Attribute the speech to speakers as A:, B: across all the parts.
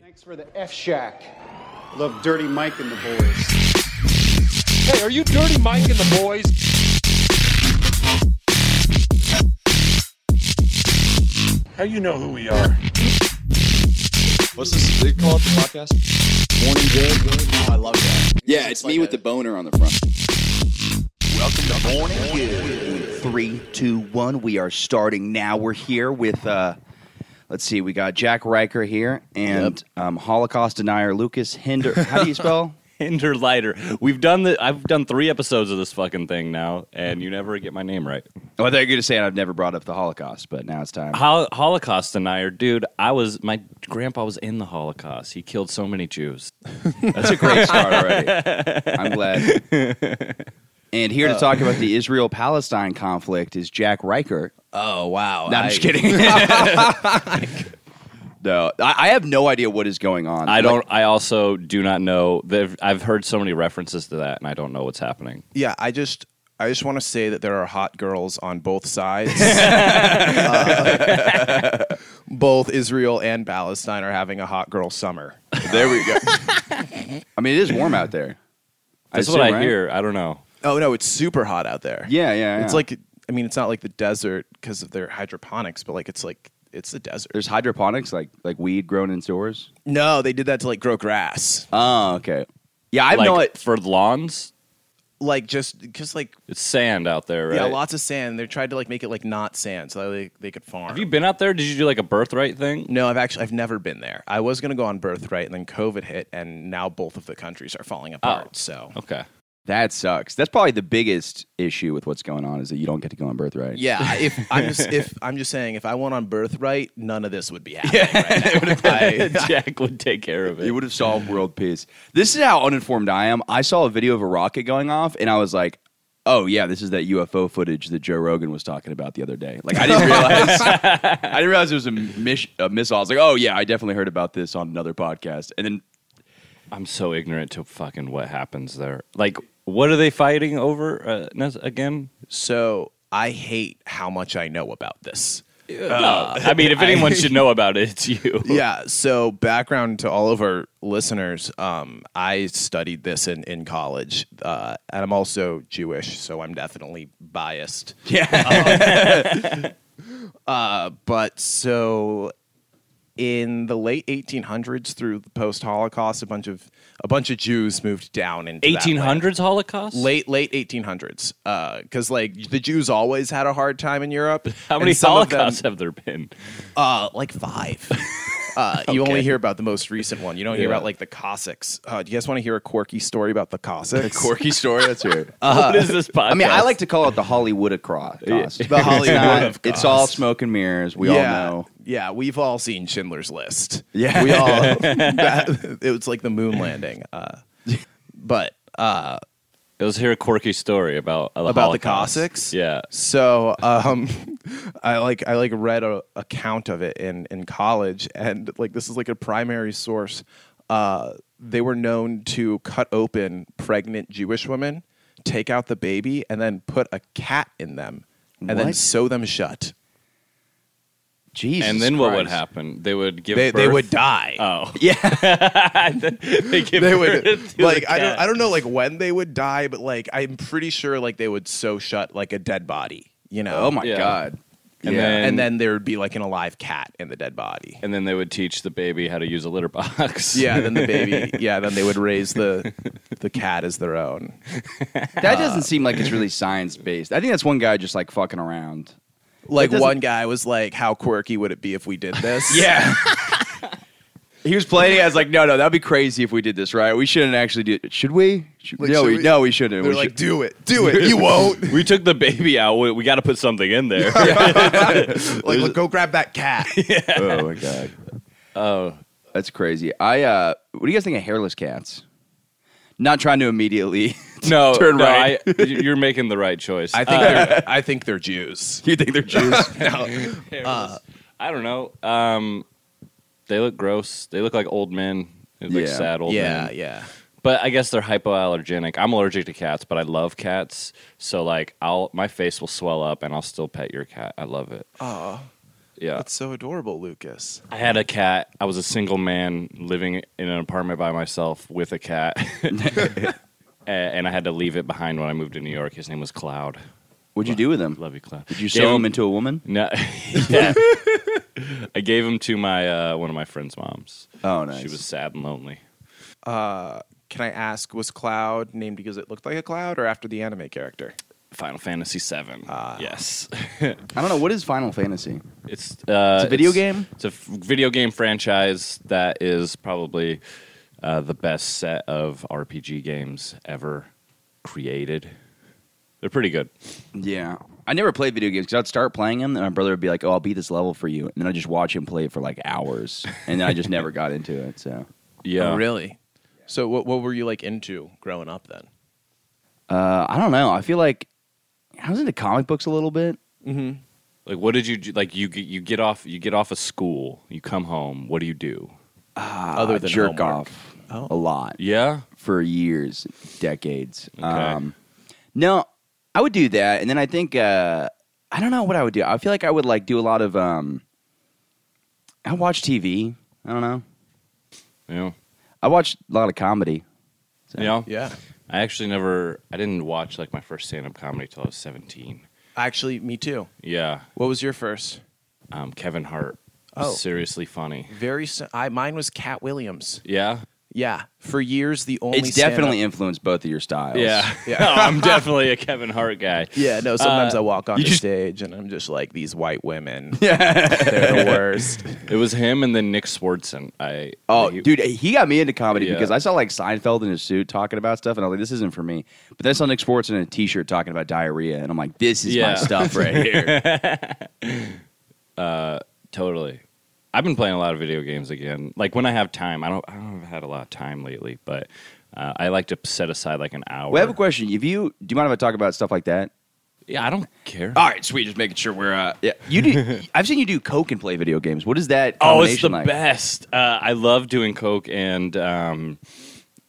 A: Thanks for the F Shack. Love Dirty Mike and the boys.
B: Hey, are you Dirty Mike and the boys? How you know who we are?
C: What's this? They call it the podcast?
D: Morning good. Oh, I love that.
E: Yeah, it's me with the boner on the front.
D: Welcome to Morning Good. Three, two, one. We are starting now. We're here with, uh, let's see, we got Jack Riker here and um, Holocaust denier Lucas Hinder. How do you spell?
F: Hinder lighter. We've done the. I've done three episodes of this fucking thing now, and you never get my name right.
D: oh, I thought you were going to say I've never brought up the Holocaust, but now it's time.
F: Hol- Holocaust denier, dude. I was my grandpa was in the Holocaust. He killed so many Jews.
D: That's a great start already. I'm glad. And here
F: Uh.
D: to talk about the Israel Palestine conflict is Jack Riker.
C: Oh wow!
D: No, I'm
C: I-
D: just kidding. no, I, I have no idea what is going on.
F: I don't. I also do not know. They've- I've heard so many references to that, and I don't know what's happening.
G: yeah, I just I just want to say that there are hot girls on both sides. Uh, both Israel and Palestine are having a hot girl summer.
D: There we go. I mean, it is warm out there.
F: That's
D: assume,
F: what I
D: right?
F: hear. I don't know.
G: Oh no, it's super hot out there.
D: Yeah, yeah,
G: It's
D: yeah.
G: like I mean, it's not like the desert because of their hydroponics, but like it's like it's the desert.
D: There's hydroponics, like like weed grown in stores.
G: no, they did that to like grow grass,
D: Oh, okay. Yeah, I
F: like,
D: know it.
F: for lawns.
G: like just because like
F: It's sand out there, right?
G: yeah, lots of sand. They tried to like make it like not sand so that they they could farm.
F: Have you been out there? Did you do like a birthright thing?
G: No, I've actually I've never been there. I was gonna go on birthright, and then COVID hit, and now both of the countries are falling apart. So
F: Okay.
D: That sucks. That's probably the biggest issue with what's going on is that you don't get to go on birthright.
G: yeah, if I'm just if I'm just saying if I went on birthright, none of this would be happening. Right now. I-
F: Jack would take care of it.
D: It would have solved world peace. This is how uninformed I am. I saw a video of a rocket going off, and I was like, "Oh yeah, this is that UFO footage that Joe Rogan was talking about the other day." Like I didn't realize, I didn't realize it was a, mis- a missile. I was like, "Oh yeah, I definitely heard about this on another podcast." And then
F: I'm so ignorant to fucking what happens there. Like, what are they fighting over uh, nes- again?
G: so I hate how much I know about this.
F: no. Uh, I mean, if anyone should know about it, it's you.
G: Yeah. So background to all of our listeners, um, I studied this in in college, uh, and I'm also Jewish, so I'm definitely biased. Uh, but so in the late 1800s through the post-holocaust a bunch of a bunch of jews moved down into that land.
F: 1800s Holocaust?
G: late late 1800s because like the jews always had a hard time in europe
F: How
G: and
F: many
G: some of them-
F: Holocausts have there been?
G: uh, like five uh, you only hear about the most recent one you don't hear about like the cossacks uh, do you guys want to hear a quirky story about the cossacks
D: quirky story. That's weird.
G: uh,
F: Uh, what is this podcast?
D: I mean, I like to call it the Hollywood of cross.
G: the hollywood
D: It's,
G: of
D: not- it's
G: Goss.
D: all smoke and mirrors. We
G: yeah,
D: all know.
G: Yeah, we've all seen Schindler's List.
D: Yeah.
G: we all. that- it was like the moon landing. Uh, but uh,
F: Let's hear a quirky story about uh, the
G: about the
F: Holocaust.
G: Cossacks.
F: Yeah.
G: So um, I like I like read a account of it in in college, and like this is like a primary source. Uh, they were known to cut open pregnant Jewish women, take out the baby, and then put a cat in them, and then
D: What?
G: sew them shut.
D: Jesus.
F: And then what would
D: Christ.
F: happen? They would give
G: They,
F: birth.
G: they would die.
F: Oh.
D: Yeah.
F: they give
G: they
F: birth
G: would
F: to
G: like
F: the
G: I don't
F: cat.
G: I don't know like when they would die, but like I'm pretty sure like they would so shut like a dead body, you know.
D: Oh my
F: Yeah.
D: God.
F: And
D: Yeah.
F: then,
G: And then there would be like an alive cat in the dead body.
F: and then they would teach the baby how to use a litter box.
G: Yeah, then the baby. Yeah, then they would raise the the cat as their own.
D: That doesn't seem like it's really science based. I think that's one guy just like fucking around.
G: Like
D: doesn't-
G: one guy was like, "How quirky would it be if we did this?"
D: Yeah. he was playing it. I was like, no, no, that'd be crazy if we did this, right? We shouldn't actually do it. Should we? Should,
G: Like,
D: no,
G: should
D: we,
G: we-
D: no, we shouldn't.
G: they're
D: We
G: like,
D: should-
G: "Do it, do it." You won't.
F: We took the baby out. We, we got to put something in there.
G: Like, "Look, go grab that cat.
D: oh my god. Oh, that's crazy. I. uh What do you guys think of hairless cats? Not trying to immediately.
F: No,
D: Turn
F: no,
D: right.
F: I- you- you're making the right choice.
G: I think they're I think they're Jews.
D: you think they're Jews?
F: Uh, I don't know. Um, they look gross. They look like old men. They look like
D: Yeah.
F: sad old
G: Yeah,
F: men.
G: yeah.
F: But I guess they're hypoallergenic. I'm allergic to cats, but I love cats. So like, I'll my face will swell up, and I'll still pet your cat. I love it. Yeah.
G: That's so adorable, Lucas.
F: I had a cat. I was a single man living in an apartment by myself with a cat. A- and I had to leave it behind when I moved to New York. His name was Cloud.
D: What'd you do with him?
F: Love you, Cloud.
D: Did you
F: Gave
D: sew him into a woman?
F: No. Yeah. I gave him to my uh, one of my friend's moms.
D: Oh, nice.
F: She was sad and lonely.
G: Can I ask, was Cloud named because it looked like a cloud or after the anime character?
F: Final Fantasy VII.
D: Ah.
F: yes.
D: I don't know. What is Final Fantasy?
F: It's, uh,
D: It's a video game?
F: It's a f- video game franchise that is probably uh, the best set of RPG games ever created. They're pretty good.
D: Yeah. I never played video games because I'd start playing them, and my brother would be like, "Oh, I'll beat this level for you," and then I just watch him play it for like hours, and then I just never got into it. So,
F: Yeah,
G: Oh, really? So what what were you like into growing up then?
D: uh, I don't know. I feel like I was into comic books a little bit. Mm-hmm.
F: Like, what did you do? Like, you get you get off you get off of school, you come home. What do you do?
G: Other
D: Ah, I
G: than
D: jerk
G: homework.
D: off
G: Oh.
D: a lot
F: Yeah,
D: for years, decades.
F: Okay.
D: Um, no, I would do that, and then I think uh, I don't know what I would do. I feel like I would like do a lot of. Um, I watch TV. I don't know.
F: yeah,
D: I watched a lot of comedy.
F: yeah.
G: Yeah.
F: I actually never. I didn't watch like my first stand up comedy till I was seventeen.
G: Actually, me too.
F: Yeah,
G: What was your first?
F: um, Kevin Hart.
G: Oh.
F: seriously funny.
G: Very si- I mine was Cat Williams.
F: Yeah,
G: Yeah. For years the only
D: it's
G: stand-up-
D: definitely influenced both of your styles.
F: yeah.
G: Yeah.
F: No, I'm definitely a Kevin Hart guy.
G: Yeah, no, sometimes
F: Uh,
G: I walk on
F: you
G: the
F: just-
G: stage and I'm just like these white women.
D: Yeah.
G: They're the worst.
F: Uh, It was him and then Nick Swardson. I
D: Oh,
F: he-
D: dude, he got me into comedy
F: Yeah.
D: because I saw like Seinfeld in his suit talking about stuff, and I was like, "This isn't for me." But then I saw Nick Sports in a T-shirt talking about diarrhea, and I'm like, "This is my
F: Yeah.
D: stuff right here."
F: totally. I've been playing a lot of video games again. Like when I have time, I don't. I don't have had a lot of time lately, but uh, I like to set aside like an hour.
D: we have a question. If you do, you mind if I talk about stuff like that?
F: yeah, I don't care.
D: All right, sweet. Just making sure we're. Uh, yeah, you do. I've seen you do coke and play video games. What is that?
F: Oh, it's the
D: combination like?
F: best. Uh, I love doing coke and um,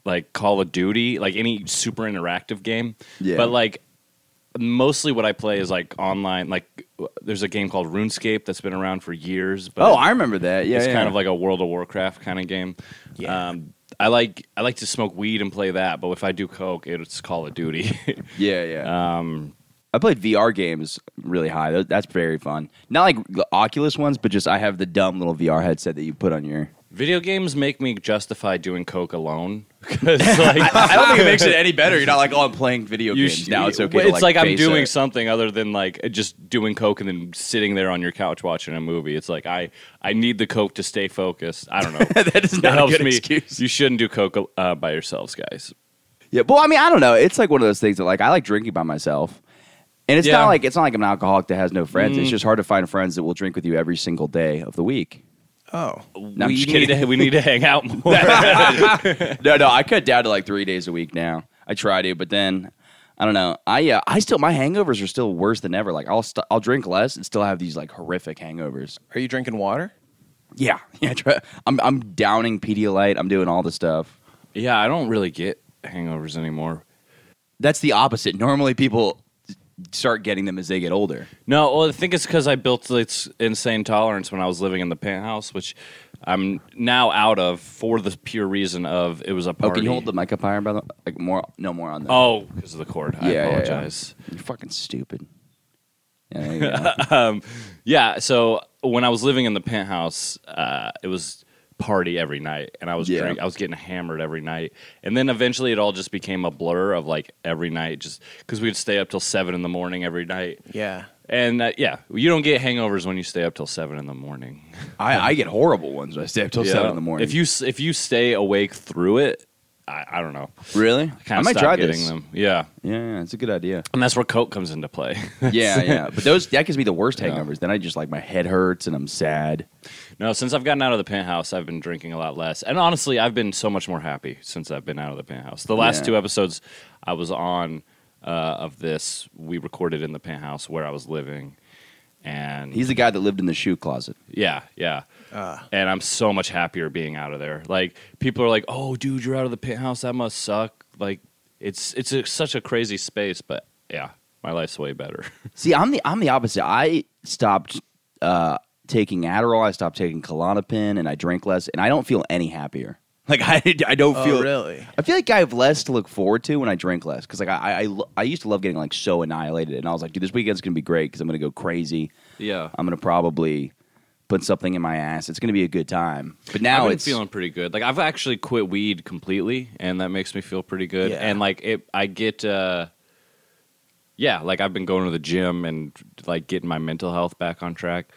F: like Call of Duty, like any super interactive game.
D: Yeah.
F: But like mostly what I play is like online. Like w- there's a game called RuneScape that's been around for years. But
D: Oh, I remember that. Yeah,
F: it's
D: yeah.
F: kind of like a World of Warcraft kind of game.
G: Yeah.
F: Um, I like I like to smoke weed and play that, but if I do coke, it's Call of Duty.
D: Yeah, yeah. Um, I played VR games really high. Tho- That's very fun. Not like the Oculus ones, but just I have the dumb little VR headset that you put on your.
F: Video games make me justify doing coke alone because like.
D: I don't think it makes it any better. You're not like, oh, I'm playing video games
F: sh-
D: now. It's okay.
F: well,
D: to,
F: It's like, I'm
D: face
F: doing
D: it.
F: something other than like just doing coke and then sitting there on your couch watching a movie. It's like I I need the coke to stay focused. I don't know.
D: that is
F: That
D: not
F: helps
D: a good
F: me.
D: excuse.
F: You shouldn't do coke uh, by yourselves, guys.
D: Yeah, well, I mean, I don't know. It's like one of those things that like I like drinking by myself, and it's
F: Yeah.
D: not like it's not like I'm an alcoholic that has no friends. It's just hard to find friends that will drink with you every single day of the week.
G: Oh.
D: I'm
F: we need
D: just kidding.
F: to we need to hang out more.
D: No, no, I cut down to like three days a week now. I try to, but then I don't know. I uh, I still my hangovers are still worse than ever. Like I'll st- I'll drink less and still have these like horrific hangovers.
G: Are you drinking water?
D: Yeah, yeah. I Try, I'm I'm downing Pedialyte. I'm doing all the stuff.
F: yeah, I don't really get hangovers anymore.
D: That's the opposite. Normally people start getting them as they get older.
F: No, well, I think it's because I built this insane tolerance when I was living in the penthouse, which I'm now out of for the pure reason of it was a
D: Oh,
F: party.
D: can you hold the mic up higher, brother? Like more? No more on that.
F: Oh, because of the cord. I
D: Yeah, yeah, yeah.
F: apologize.
D: You're fucking stupid. Yeah, there you go.
F: Yeah, so when I was living in the penthouse, uh, it was party every night, and I was
D: Yeah.
F: drink, I was getting hammered every night, and then eventually it all just became a blur of like every night, just because we'd stay up till seven in the morning every night,
G: Yeah.
F: and uh, yeah, you don't get hangovers when you stay up till seven in the morning.
D: I, I get horrible ones. when I stay up till
F: Yeah.
D: seven in the morning.
F: If you s- if you stay awake through it, I, I don't know.
D: really,
F: Kinda
D: I might
F: stop
D: try
F: getting
D: this.
F: them. Yeah,
D: Yeah, yeah, it's a good idea.
F: and that's where coke comes into play.
D: Yeah, yeah. But those that gives me the worst hangovers. Then I just like my head hurts and I'm sad.
F: No, since I've gotten out of the penthouse, I've been drinking a lot less. And honestly, I've been so much more happy since I've been out of the penthouse. The last
D: Yeah.
F: two episodes I was on uh, of this, we recorded in the penthouse where I was living. And
D: He's the guy that lived in the shoe closet.
F: yeah, yeah. and I'm so much happier being out of there. Like people are like, "Oh, dude, you're out of the penthouse. That must suck." Like it's it's a, such a crazy space, but yeah, my life's way better.
D: See, I'm the I'm the opposite. I stopped uh, taking Adderall. I stopped taking Klonopin, and I drink less, and I don't feel any happier. Like I, I don't
F: Oh,
D: feel
G: Oh, really?
D: I feel like I have less to look forward to when I drink less because like I, I- I lo- I used to love getting like so annihilated, and I was like, dude, this weekend's gonna be great because I'm gonna go crazy.
F: Yeah.
D: I'm gonna probably put something in my ass. It's gonna be a good time. But
F: I've
D: now
F: been
D: it's
F: feeling pretty good. Like I've actually quit weed completely, and that makes me feel pretty good.
G: Yeah.
F: And like it, I get, uh, yeah, like I've been going to the gym and like getting my mental health back on track.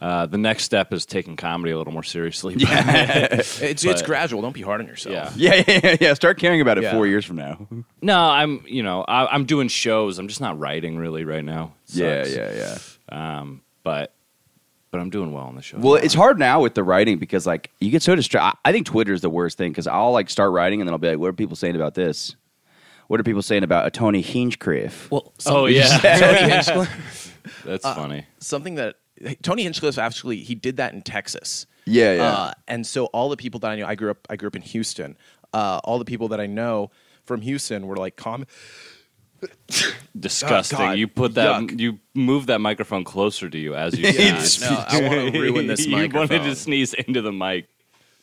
F: Uh, the next step is taking comedy a little more seriously. Yeah.
G: It's it's
F: But-
G: gradual. Don't be hard on yourself.
F: yeah.
D: yeah, yeah, yeah, yeah. Start caring about it
G: Yeah.
D: four years from now.
F: No, I'm you know I, I'm doing shows. I'm just not writing really right now. It
D: Yeah,
F: sucks.
D: yeah, yeah.
F: Um, but but I'm doing well on the show.
D: Well, it's hard now with the writing because like you get so distracted. I think Twitter is the worst thing because I'll like start writing and then I'll be like, "What are people saying about this? What are people saying about a Tony Hinchcliffe?"
G: Well,
F: Oh yeah, that's
D: Uh,
F: funny.
G: something that Tony Hinchcliffe actually he did that in Texas.
D: Yeah, yeah.
G: Uh, and so all the people that I knew, I grew up, I grew up in Houston. Uh, all the people that I know from Houston were like, "Com,
F: Disgusting.
G: God.
F: you put that.
G: Yuck.
F: You moved that microphone closer to you as you
G: Yes,
F: sneezed.
G: no, I want to ruin this
F: you wanted
G: microphone."
F: to sneeze into the mic.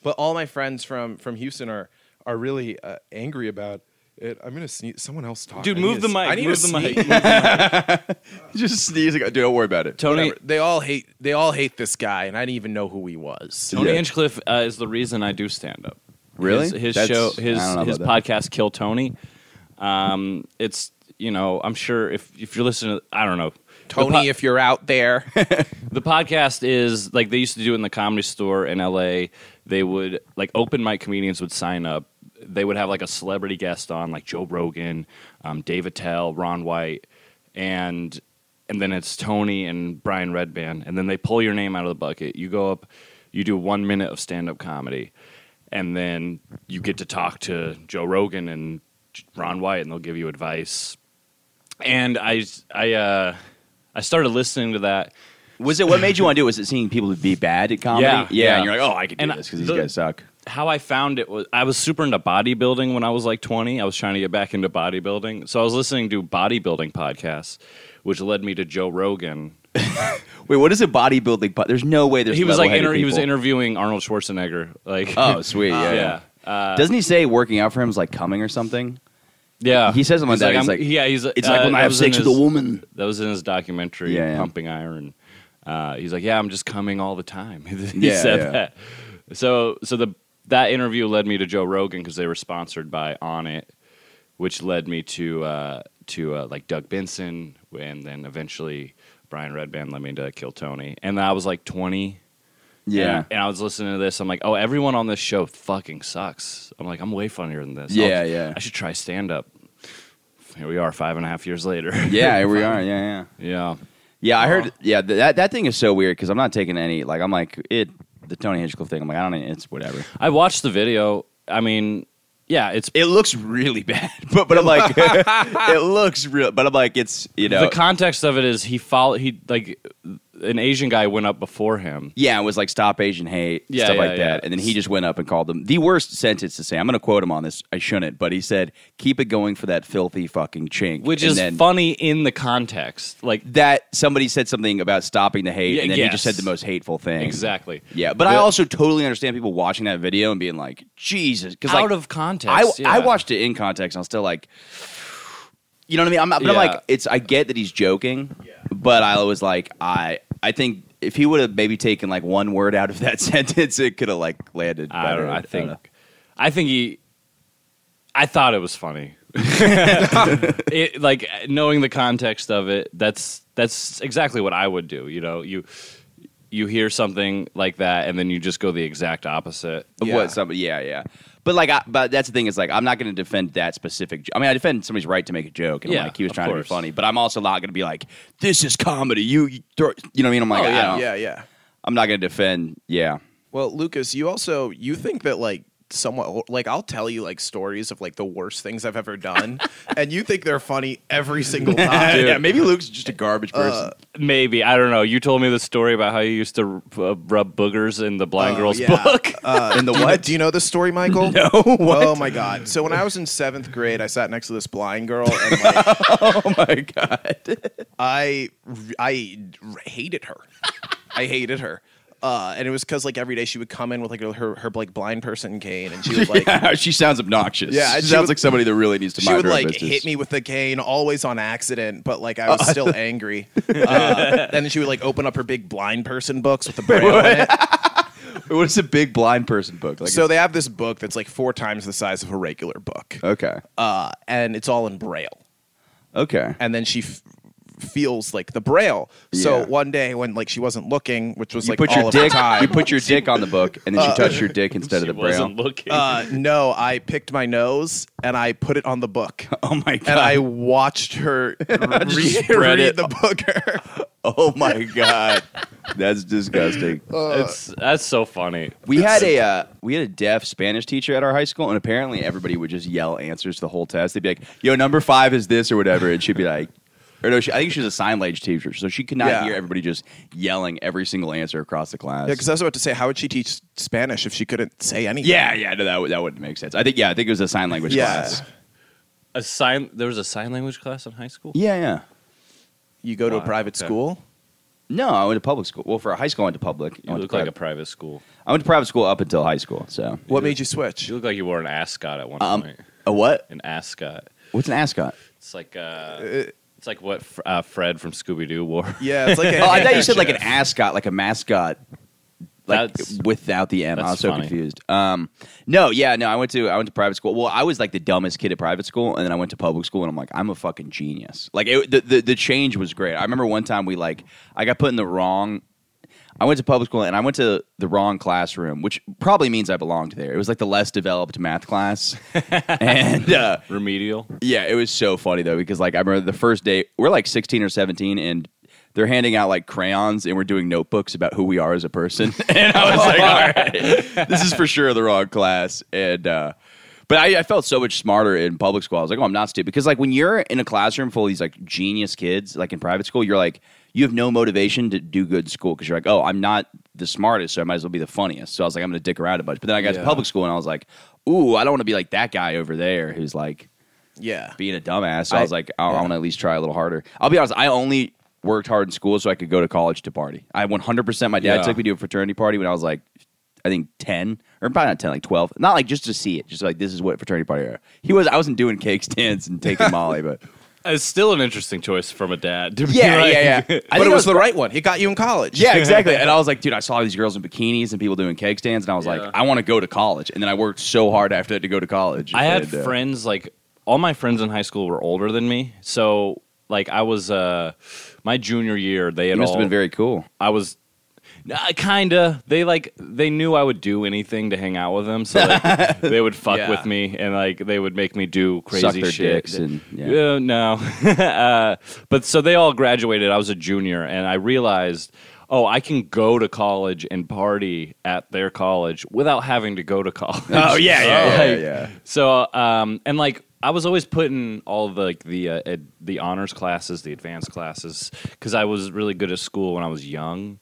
G: But all my friends from from Houston are are really uh, angry about it. I'm gonna sneeze. Someone else talk.
F: Dude,
G: I
F: move
G: need
F: the
G: to-
F: mic.
G: I need
F: Move
G: to
F: the mic.
G: sneeze.
F: Move the mic.
D: just sneezing. Dude, don't worry about it.
F: Tony
G: Whatever. They all hate. They all hate this guy, and I didn't even know who he was.
F: Tony
D: Yeah.
F: Hinchcliffe uh, is the reason I do stand up.
D: Really?
F: His, his
D: That's-
F: show,
D: I
F: his
D: don't know
F: his
D: about
F: podcast, Kill Tony. Um, it's you know, I'm sure if if you're listening, to, I don't know. The
G: Tony,
F: po-
G: if you're out there,
F: The podcast is like they used to do it in the comedy store in LA. They would like open mic comedians would sign up. They would have like a celebrity guest on, like Joe Rogan, um, Dave Attell, Ron White, and and then it's Tony and Brian Redband, and then they pull your name out of the bucket. You go up, you do one minute of stand up comedy, and then you get to talk to Joe Rogan and Ron White, and they'll give you advice. And I I uh, I started listening to that.
D: Was it what made you want to do? it? Was it seeing people be bad at comedy?
F: Yeah, yeah.
D: And you're like, oh, I could do
F: And
D: this because these
F: the-
D: guys suck.
F: how I found it was I was super into bodybuilding when I was like 20. I was trying to get back into bodybuilding. So I was listening to bodybuilding podcasts, which led me to Joe Rogan.
D: Wait, what is a bodybuilding? Po- there's no way there's
F: He was like
D: level-headed
F: inter- he was
D: people.
F: interviewing Arnold Schwarzenegger. Like
D: Oh, sweet. Yeah.
F: yeah.
D: yeah. Doesn't he say working out for him is like coming or something?
F: Yeah.
D: He says something like that. He's
F: I'm-
D: like,
F: yeah, he's uh,
D: It's like when I have sex with a
F: woman.
D: woman.
F: That was in his documentary,
D: Yeah, yeah.
F: Pumping Iron. Uh, he's like, yeah, I'm just coming all the time. he
D: Yeah,
F: said
D: yeah.
F: that. So, so the that interview led me to Joe Rogan because they were sponsored by On It, which led me to uh, to uh, like Doug Benson, and then eventually Brian Redband led me to Kill Tony, and I was like 20.
D: Yeah.
F: And, and I was listening to this. I'm like, oh, everyone on this show fucking sucks. I'm like, I'm way funnier than this.
D: Yeah,
F: I'll-
D: yeah.
F: I should try stand up. Here we are, five and a half years later.
D: Yeah. Here we are. Yeah. Yeah.
F: yeah.
D: Yeah, I heard. Yeah, th- that that thing is so weird because I'm not taking any. Like, I'm like it. The Tony Hitchcock thing. I'm like, I don't. It's whatever.
F: I watched the video. I mean, yeah, it's
D: It looks really bad, but but I'm like, it looks real. But I'm like, it's you know,
F: the context of it is he followed he like an Asian guy went up before him.
D: yeah, it was like stop Asian hate
F: Yeah,
D: stuff
F: yeah,
D: like that.
F: yeah.
D: And then he just went up and called them the worst sentence to say. I'm going to quote him on this. I shouldn't, but he said, "Keep it going for that filthy fucking chink,"
F: Which
D: And
F: is
D: then
F: funny in the context. Like
D: That somebody said something about stopping the hate,
F: Yeah,
D: and then he
F: yes.
D: just said the most hateful thing.
F: exactly.
D: Yeah, but I
F: The-
D: also totally understand people watching that video and being like, "Jesus," because
F: out
D: like,
F: of context.
D: I,
F: yeah.
D: I watched it in context. and I was still like, you know what I mean? I'm, not- but
F: Yeah.
D: I'm like, it's. I get that he's joking, but I was like, I I think if he would have maybe taken like one word out of that sentence, it could have like landed.
F: I don't
D: better. Uh,
F: know. I think
D: know.
F: I think he I thought it was funny. it, like knowing the context of it, that's that's exactly what I would do, you know. You you hear something like that and then you just go the exact opposite.
D: Of
G: Yeah.
D: what somebody. Yeah, yeah. But like, I, but that's the thing is like, I'm not going to defend that specific. jo- I mean, I defend somebody's right to make a joke, and
F: Yeah,
D: I'm like, he was
F: of
D: trying to
F: course.
D: be funny, but I'm also not going to be like, this is comedy. You, you, throw, you know what I mean?
F: Oh,
D: I'm like, I don't-
G: yeah, yeah.
D: I'm not going to defend. Yeah.
G: Well, Lucas, you also you think that like somewhat like I'll tell you like stories of like the worst things I've ever done, and you think they're funny every single time.
D: yeah, maybe Luke's just a garbage person.
F: Maybe I don't know. You told me the story about how you used to uh, rub boogers in the blind
G: Oh,
F: girl's
G: yeah.
F: book.
G: Uh, in the do what? You know, do you know the story, Michael? No.
D: what?
G: Oh my god! So when I was in seventh grade, I sat next to this blind girl, and like,
D: oh my god.
G: I I hated her. I hated her. Uh, and it was because like every day she would come in with like her her like blind person cane, and she would like
D: yeah, she sounds obnoxious.
G: Yeah,
D: she,
G: she
D: sounds
G: would-
D: like somebody that really needs to
G: she
D: mind
G: would
D: her own
G: like
D: business.
G: hit me with the cane always on accident but like i was still angry uh, and then she would like open up her big blind person books with the braille in it
D: What is a big blind person book? Like
G: so they have this book that's like four times the size of a regular book
D: okay,
G: uh, and it's all in braille
D: okay,
G: and then she f- feels like the braille so
D: Yeah.
G: one day when like she wasn't looking which was
D: you
G: like
D: put
G: all
D: your
G: of the
D: dick.
G: time
D: You put your dick on the book, and then she touched your dick instead
F: She
D: of the braille.
F: wasn't looking.
G: uh, no i picked my nose and i put it on the book
D: oh my god!
G: and i watched her re-
F: read
G: read
F: it.
G: the book
D: oh my god! That's disgusting.
F: It's- that's so funny.
D: We had a uh, we had a deaf Spanish teacher at our high school, and apparently everybody would just yell answers to the whole test. They'd be like, "Yo, number five is this" or whatever, and she'd be like, "Or no, she, I think she was a sign language teacher, so she could not
G: Yeah.
D: hear everybody just yelling every single answer across the class."
G: Yeah, because I was about to say, how would she teach Spanish if she couldn't say anything?
D: yeah, yeah, no, that would, that wouldn't make sense. I think yeah, I think it was a sign language
G: Yeah.
D: class.
F: A sign. There was a sign language class in high school.
D: Yeah, yeah.
G: You go to a
F: Wow,
G: private
F: okay.
G: school.
D: No, I went to public school. Well, for high school, I went to public. I
F: You
D: went
F: look
D: to
F: like a
D: private-
F: private school.
D: I went to private school up until high school. So
G: What made you switch?
F: You look like you wore an ascot at one
D: Um,
F: point.
D: a what?
F: An ascot.
D: What's an ascot?
F: It's like uh, it's like what F- uh, Fred from Scooby Doo wore.
G: Yeah, it's like a
D: Oh, I thought you said like an ascot, like a mascot, like
F: That's-
D: without the M. I
F: that's
D: was so
F: funny.
D: confused. Um, no, yeah, no. I went to I went to private school. Well, I was like the dumbest kid at private school, and then I went to public school, and I'm like, I'm a fucking genius. Like it, the, the the change was great. I remember one time we like I got put in the wrong. I went to public school and I went to the wrong classroom, which probably means I belonged there. It was like the less developed math class, and uh,
F: Remedial.
D: yeah, it was so funny though because like I remember the first day we're like 16 or 17 and they're handing out like crayons and we're doing notebooks about who we are as a person and I was like, all right, this is for sure the wrong class and. uh but I, I felt so much smarter in public school. I was like, oh, I'm not stupid. Because, like, when you're in a classroom full of these, like, genius kids, like in private school, you're like, you have no motivation to do good in school because you're like, oh, I'm not the smartest, so I might as well be the funniest. So I was like, I'm going to dick around a bunch. But then I got
F: Yeah.
D: to public school and I was like, ooh, I don't want to be like that guy over there who's like,
G: yeah.
D: being a dumbass. So I,
G: I-
D: was like, "Oh, I,
G: yeah.
D: want to at least try a little harder. I'll be honest, I only worked hard in school so I could go to college to party. I 100%, my dad
F: Yeah.
D: took me to a fraternity party when I was like, I think 10, or probably not 10, like 12. Not like just to see it, just like this is what fraternity party are. He was, I wasn't doing cake stands and taking Molly, but
F: It's still an interesting choice from a dad. To be
D: yeah,
F: like-
D: yeah, yeah. I
G: but
D: think
G: it
D: I
G: was the right one. He got you in college.
D: Yeah, exactly. And I was like, dude, I saw these girls in bikinis and people doing cake stands, and I was
F: Yeah.
D: like, I want to go to college. And then I worked so hard after that to go to college.
F: I had
D: And, uh,
F: friends like all my friends in high school were older than me, so like I was uh my junior year they had
D: You must
F: all
D: have been very cool.
F: I was uh, kinda they like they knew I would do anything to hang out with them, so like, they would fuck
G: Yeah.
F: with me and like they would make me do crazy
D: their
F: shit.
D: dicks and- yeah.
F: Uh, no, uh, but so they all graduated. I was a junior, and I realized. Oh, I can go to college and party at their college without having to go to college.
D: Oh, yeah, yeah, yeah,
F: Like,
D: yeah.
F: So, um, and like I was always put in all the like the uh, ed- the honors classes, the advanced classes, because I was really good at school when I was young,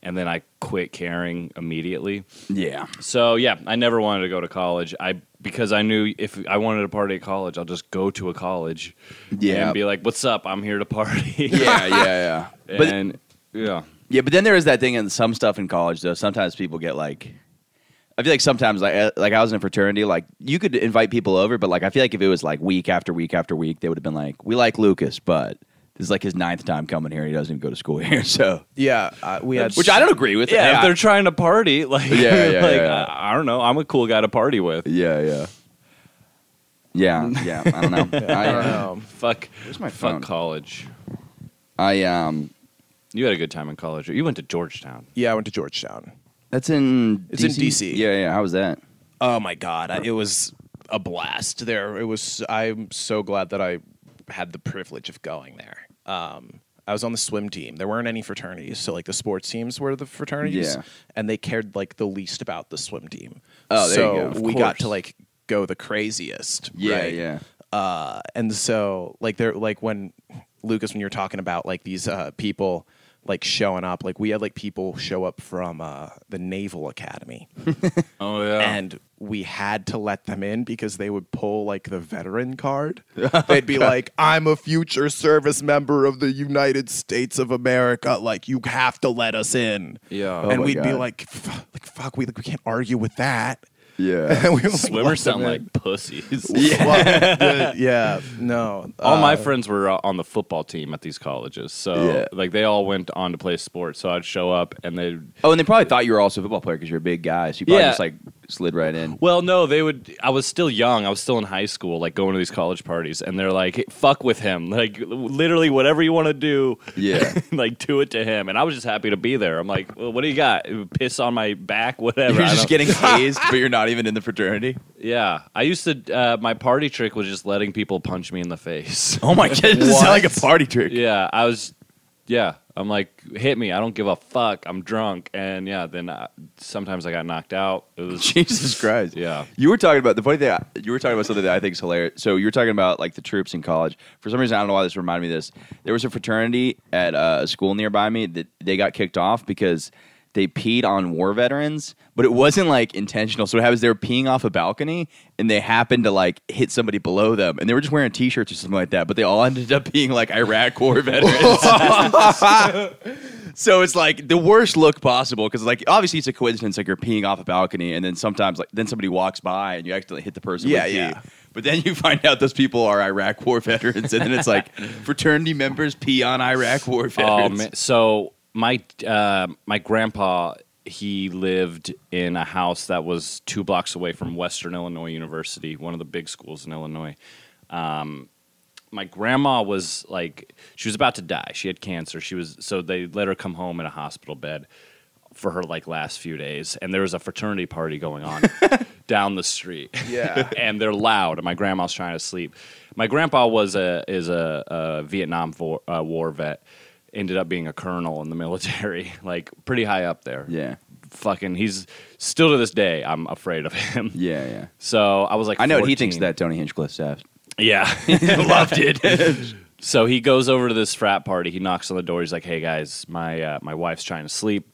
F: and then I quit caring immediately.
D: Yeah.
F: So yeah, I never wanted to go to college. I because I knew if I wanted to party at college, I'll just go to a college,
D: Yeah.
F: and be like, "What's up? I'm here to party."
D: Yeah, yeah, yeah. But
F: and yeah,
D: Yeah, but then there is that thing in some stuff in college though. Sometimes people get like, I feel like sometimes like uh, like I was in a fraternity, like you could invite people over, but like I feel like if it was like week after week after week, they would have been like, we like Lucas, but this is like his ninth time coming here, and he doesn't even go to school here, so
G: yeah. Uh, we had
D: which I don't agree with.
F: yeah. If they're trying to party, like,
D: Yeah, yeah,
F: like
D: yeah.
F: I, I don't know. I'm a cool guy to party with.
D: yeah, yeah, yeah, yeah. I don't know. I, uh,
G: I don't know.
F: Fuck.
D: Where's my
F: fuck
D: phone?
F: college.
D: I um,
F: You had a good time in college. You went to Georgetown.
G: Yeah, I went to Georgetown.
D: that's in
G: It's in DC.
D: Yeah, yeah. How was that?
G: Oh my god, I, it was a blast. There, it was. I'm so glad that I had the privilege of going there. Um, I was on the swim team. There weren't any fraternities, so like the sports teams were the fraternities,
D: Yeah.
G: and they cared like the least about the swim team.
D: Oh, there
G: so
D: you go. Of
G: we got
D: course.
G: to like go the craziest.
D: Yeah,
G: right?
D: yeah.
G: uh, and so like they're like when Lucas, when you're talking about like these uh, people like showing up. Like we had like people show up from uh, the Naval Academy,
F: Oh yeah.
G: and we had to let them in because they would pull like the veteran card. They'd be like, "I'm a future service member of the United States of America. Like you have to let us in."
F: Yeah.
G: and
D: my
G: we'd be
D: God.
G: like, "F- "Like fuck, we like, we can't argue with that."
D: Yeah.
G: we
F: Swimmers sound like pussies.
G: yeah, yeah, no.
F: all
G: uh,
F: my friends were uh, on the football team at these colleges, so
D: Yeah.
F: like they all went on to play sports. So I'd show up, and they
D: oh, and they probably thought you were also a football player because you're a big guy. So you probably
F: Yeah.
D: just like slid right in.
F: well, no, they would. I was still young. I was still in high school, like going to these college parties, and they're like, "Fuck with him, like literally whatever you want to do,
D: Yeah.
F: like do it to him." And I was just happy to be there. I'm like, well, "What do you got? Piss on my back, whatever."
D: You're
F: I
D: just
F: don't-
D: getting hazed, but you're not even in the fraternity.
F: yeah. I used to. Uh, my party trick was just letting people punch me in the face.
D: Oh my god, this sounds like a party trick.
F: Yeah, I was. Yeah, I'm like, hit me. I don't give a fuck. I'm drunk, and yeah, then I, sometimes I got knocked out. It was
D: Jesus Christ.
F: Yeah.
D: You were talking about the funny thing. You were talking about something that I think is hilarious. So you were talking about like the troops in college. For some reason, I don't know why this reminded me of this. There was a fraternity at uh, a school nearby me that they got kicked off because they peed on war veterans, but it wasn't like intentional. So what happens? They were peeing off a balcony and they happened to like hit somebody below them, and they were just wearing t-shirts or something like that. But they all ended up being like Iraq war veterans. So it's like the worst look possible because like obviously it's a coincidence like you're peeing off a balcony and then sometimes like then somebody walks by and you accidentally hit the person.
G: Yeah,
D: with pee.
G: yeah.
D: But then you find out those people are Iraq War veterans, and then it's like fraternity members pee on Iraq War
F: oh
D: veterans.
F: man. So my uh, my grandpa he lived in a house that was two blocks away from Western Illinois University, one of the big schools in Illinois. Um, my grandma was like she was about to die. She had cancer. She was so they let her come home in a hospital bed for her like last few days and there was a fraternity party going on down the street. Yeah. and they're loud and my grandma's trying to sleep. My grandpa was a is a, a Vietnam War, uh, war vet. Ended up being a colonel in the military, like pretty high up there.
D: Yeah,
F: Fucking he's still to this day I'm afraid of him.
D: yeah, yeah.
F: So I was like
D: I know what he thinks
F: 14.
D: of that Tony Hinchcliffe staff.
F: Yeah. Loved it. so he goes over to this frat party. He knocks on the door. He's like, "Hey guys, my uh, my wife's trying to sleep.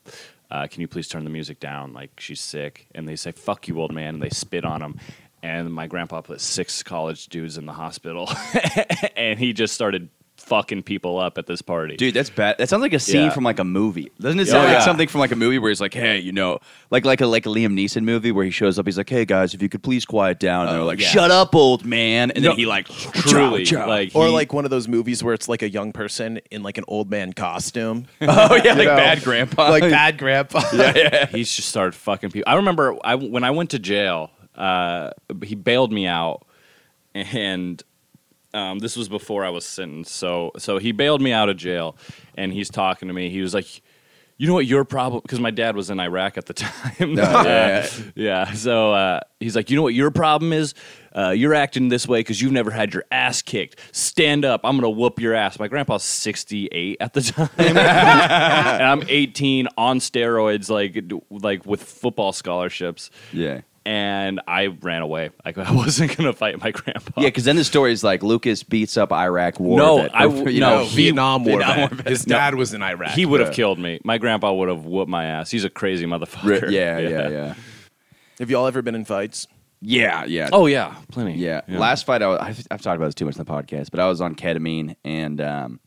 F: Uh, can you please turn the music down? Like she's sick." And they say, "Fuck you, old man." And they spit on him. And my grandpa put six college dudes in the hospital, and he just started fucking people up at this party.
D: Dude, that's bad. That sounds like a scene
F: Yeah.
D: from like a movie. Doesn't it sound
F: Oh,
D: like
F: yeah.
D: something from like a movie where he's like, "Hey, you know, like like a like a Liam Neeson movie where he shows up, he's like, "Hey guys, if you could please quiet down." And they're like,
F: Oh, yeah.
D: "Shut up, old man." And
F: No,
D: then he like
F: truly, like
G: or
F: he-
G: like one of those movies where it's like a young person in like an old man costume,
D: Oh yeah, like
G: know?
D: bad grandpa.
G: like bad grandpa.
F: he's just started fucking people. I remember I, when I went to jail, uh, he bailed me out, and um, this was before I was sentenced. So, so he bailed me out of jail, and he's talking to me. He was like, "You know what your problem?" Because my dad was in Iraq at the time. yeah, yeah. So uh, he's like, "You know what your problem is? Uh, you're acting this way because you've never had your ass kicked. Stand up. I'm gonna whoop your ass." My grandpa's 68 at the time and I'm 18 on steroids, like d- like with football scholarships.
D: yeah.
F: And I ran away. Like I wasn't gonna fight my grandpa.
D: Yeah, because then the story is like Lucas beats up Iraq war.
F: No,
D: vet-
F: I
D: or,
F: w-
D: you
F: no,
D: know,
F: he- Vietnam
G: War.
D: Oh, Vietnam vet.
G: His dad was in Iraq.
F: he would have killed me. My grandpa would have whooped my ass. He's a crazy motherfucker.
D: yeah, yeah, yeah,
G: Have y'all ever been in fights?
D: yeah, yeah.
F: Oh yeah, plenty.
D: Yeah. Last fight, I was, I've, I've talked about this too much in the podcast, but I was on ketamine and um,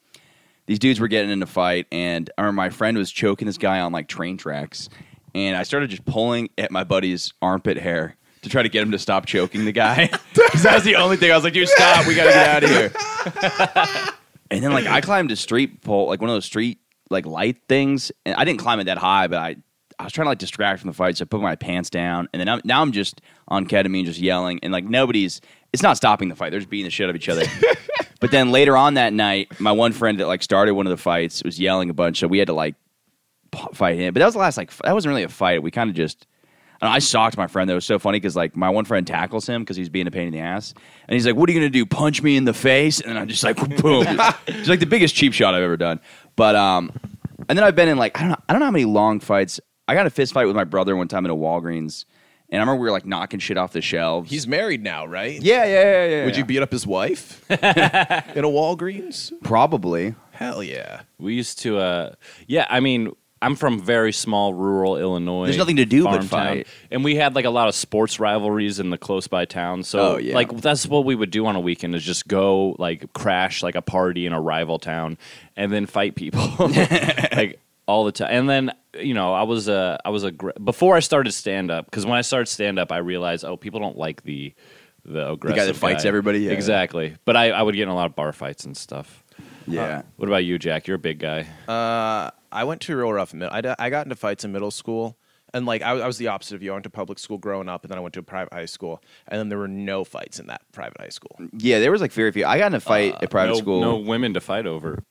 D: these dudes were getting in a fight. And I remember my friend was choking this guy on like train tracks. And I started just pulling at my buddy's armpit hair to try to get him to stop choking the guy. Because that was the only thing. I was like, dude, stop. We got to get out of here. and then like I climbed a street pole, like one of those street like light things, and I didn't climb it that high, but I I was trying to like distract from the fight, so I put my pants down, and then I'm, now I'm just on ketamine, just yelling, and like nobody's. It's not stopping the fight. They're just beating the shit out of each other. but then later on that night, my one friend that like started one of the fights was yelling a bunch, so we had to like p- fight him. But that was the last like f- that wasn't really a fight. We kind of just. And I socked my friend. That was so funny because like my one friend tackles him because he's being a pain in the ass, and he's like, "What are you gonna do? Punch me in the face?" And I'm just like, "Boom!" it's like the biggest cheap shot I've ever done. But um, and then I've been in like I don't know, I don't know how many long fights. I got in a fist fight with my brother one time at a Walgreens, and I remember we were like knocking shit off the shelves.
G: He's married now, right?
D: yeah, yeah, yeah, yeah.
G: Would
D: yeah.
G: you beat up his wife in a Walgreens?
D: probably?
G: Hell yeah.
F: We used to, uh, yeah. I mean, I'm from very small rural Illinois.
D: There's nothing to do but
F: farm town.
D: fight.
F: and we had like a lot of sports rivalries in the close by towns. So,
D: Oh, yeah.
F: like that's what we would do on a weekend is just go like crash like a party in a rival town and then fight people like all the time. And then you know, I was a I was a gr- before I started stand up because when I started stand up, I realized oh, people don't like the the aggressive
D: that fights everybody, yeah.
F: exactly. But I, I would get in a lot of bar fights and stuff.
D: Yeah.
F: What about you, Jack? You're a big guy.
G: Uh, I went to real rough. Mid- I, d- I got into fights in middle school, and like I, I was the opposite of you. I went to public school growing up, and then I went to a private high school, and then there were no fights in that private high school.
D: yeah, there was like very few. I got in a fight at private
F: no,
D: school.
F: No women to fight over.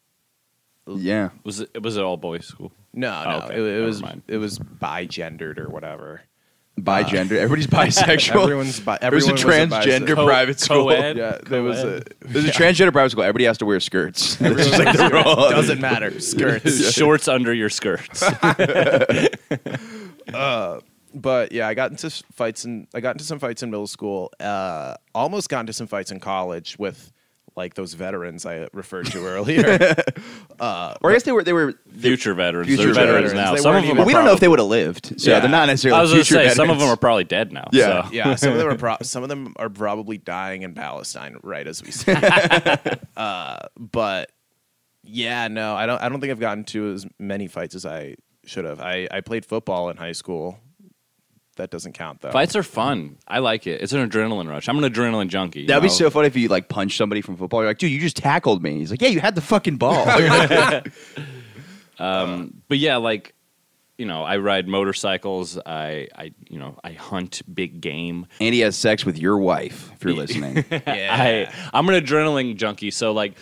D: Yeah.
F: Was it was it all boys school?
G: No,
F: Oh,
G: no,
F: okay.
G: it, it
F: Never
G: was
F: mind.
G: it was bi gendered or whatever.
D: Bi gender. Everybody's bisexual.
G: Uh, Everyone's bi-
D: There was a
G: everyone was a
D: transgender
G: bisexual.
D: private school.
F: co-ed?
G: Yeah, there was a
D: There's a transgender private school. Everybody has to wear skirts. That's just like the rule.
G: doesn't matter skirts.
F: Shorts under your skirts.
G: but yeah, I got into s- fights in I got into some fights in middle school. Uh, almost got into some fights in college with like those veterans I referred to earlier.
D: Or I guess they were. They were.
F: Future veterans.
D: Future
F: They're veterans,
D: veterans.
F: now.
G: They
F: Some of
G: weren't
F: them.
G: even-
F: Are
D: we don't know if they would have lived. So
G: Yeah.
D: they're not necessarily.
F: I was
D: going
F: gonna
D: to
F: say some of them are probably dead now.
D: Yeah.
F: so.
G: yeah, some of them are pro- some of them are probably dying in Palestine right as we speak. uh, but yeah, no, I don't. I don't think I've gotten to as many fights as I should have. I, I played football in high school. That doesn't count though.
F: Fights are fun. I like it. It's an adrenaline rush. I'm an adrenaline junkie. you
D: That'd be
F: know?
D: so funny if you like punch somebody from football. You're like, dude, you just tackled me. He's like, yeah, you had the fucking ball.
F: But yeah, like you know, I ride motorcycles. I I you know I hunt big game.
D: and he has sex with your wife. If you're listening,
F: I I'm an adrenaline junkie, so like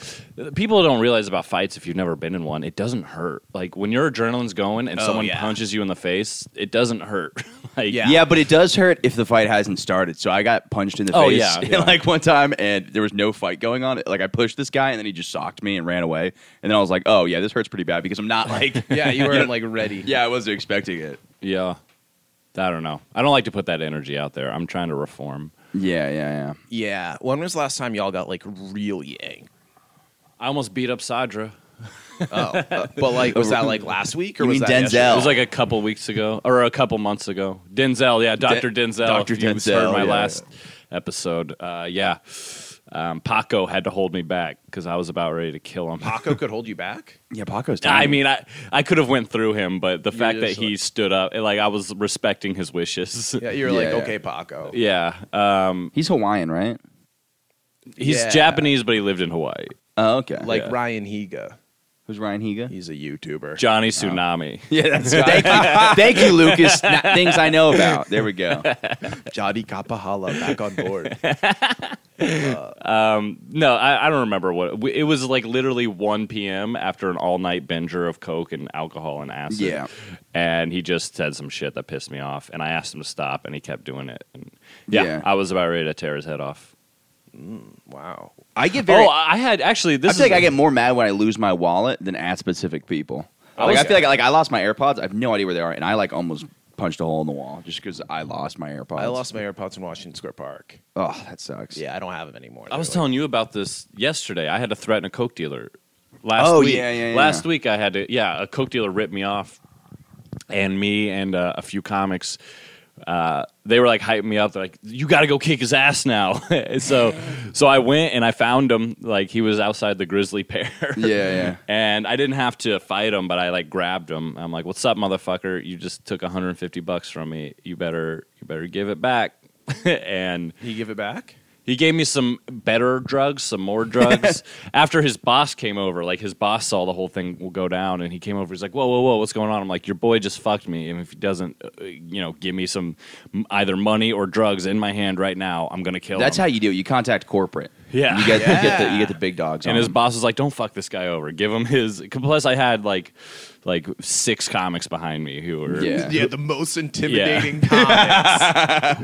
F: people don't realize about fights if you've never been in one, it doesn't hurt. Like when your adrenaline's going and
G: Oh,
F: someone
G: yeah.
F: punches you in the face, it doesn't hurt. like
G: Yeah.
D: yeah, but it does hurt if the fight hasn't started. So I got punched in the
F: Oh,
D: face
F: yeah, yeah.
D: like one time, and there was no fight going on. Like I pushed this guy, and then he just socked me and ran away. And then I was like, oh yeah, this hurts pretty bad because I'm not like,
G: yeah, you weren't like ready.
D: yeah, I wasn't expecting it.
F: yeah. I don't know. I don't like to put that energy out there. I'm trying to reform.
D: Yeah, yeah, yeah.
G: Yeah. When was the last time y'all got like really angry?
F: I almost beat up Sadra.
G: Oh. But like, was that like last week or
D: You
G: was
D: mean
G: that
D: Denzel?
G: yesterday?
F: It was like a couple weeks ago or a couple months ago. Denzel, yeah, Dr. Denzel.
D: Dr.
F: if you
D: Denzel,
F: heard my
D: yeah.
F: last episode. Uh, yeah. Um, Paco had to hold me back because I was about ready to kill him.
G: Paco could hold you back.
D: Yeah, Paco's.
F: I
D: tiny.
F: mean, I I could have went through him, but the fact that
G: just
F: he stood up, eh, like I was respecting his wishes.
G: Yeah, you're
D: Yeah,
G: like,
D: yeah.
G: okay, Paco.
F: Yeah. Um,
D: he's Hawaiian, right?
F: he's
G: Yeah.
F: Japanese, but he lived in Hawaii.
D: Oh, okay.
G: Like
F: Yeah.
G: Ryan Higa.
D: who's Ryan Higa?
G: He's a YouTuber.
D: Oh.
F: Johnny Tsunami.
D: Yeah, that's thank you, thank you, Lucas. Not things I know about. There we go.
G: Jadi Kapahala back on board.
F: No, I, I don't remember what we- it was like. Literally 1 p.m. after an all night binger of coke and alcohol and acid.
D: Yeah.
F: And he just said some shit that pissed me off, and I asked him to stop, and he kept doing it. And yeah,
D: Yeah.
F: I was about ready to tear his head off.
G: wow.
D: I get very.
F: oh, I had actually
D: I
F: this.
D: feel
F: is
D: like I get more mad when I lose my wallet than at specific people.
F: I
D: Like,
F: was-
D: I feel like like I lost my AirPods. I have no idea where they are, and I like almost punched a hole in the wall just because I lost my AirPods.
G: I lost my AirPods in Washington Square Park.
D: Oh, that sucks.
G: Yeah, I don't have them anymore.
F: I was
G: They're, like,
F: telling you about this yesterday. I had to threaten a coke dealer last
D: Oh,
F: week.
D: yeah, yeah, yeah.
F: Last week I had to yeah, a coke dealer ripped me off and me and uh, a few comics uh, they were like hyping me up. They're like, "You got to go kick his ass now." so, so I went and I found him. Like he was outside the grizzly pair.
D: Yeah, yeah.
F: And I didn't have to fight him, but I like grabbed him. I'm like, "What's up, motherfucker? You just took 150 bucks from me. You better, you better give it back." and
G: He give it back?
F: he gave me some better drugs, some more drugs. After his boss came over, like his boss saw the whole thing will go down, and he came over. He's like, "Whoa, whoa, whoa, what's going on?" I'm like, "Your boy just fucked me, and if he doesn't, uh, you know, give me some m- either money or drugs in my hand right now, I'm gonna kill
D: That's
F: him."
D: how you do it. You contact corporate.
F: Yeah.
D: You get, you get the you get the big dogs.
F: and
D: on
F: his
D: them.
F: boss was like, "Don't fuck this guy over. Give him his." Plus, I had like, like six comics behind me who were
D: Yeah.
G: the most comics.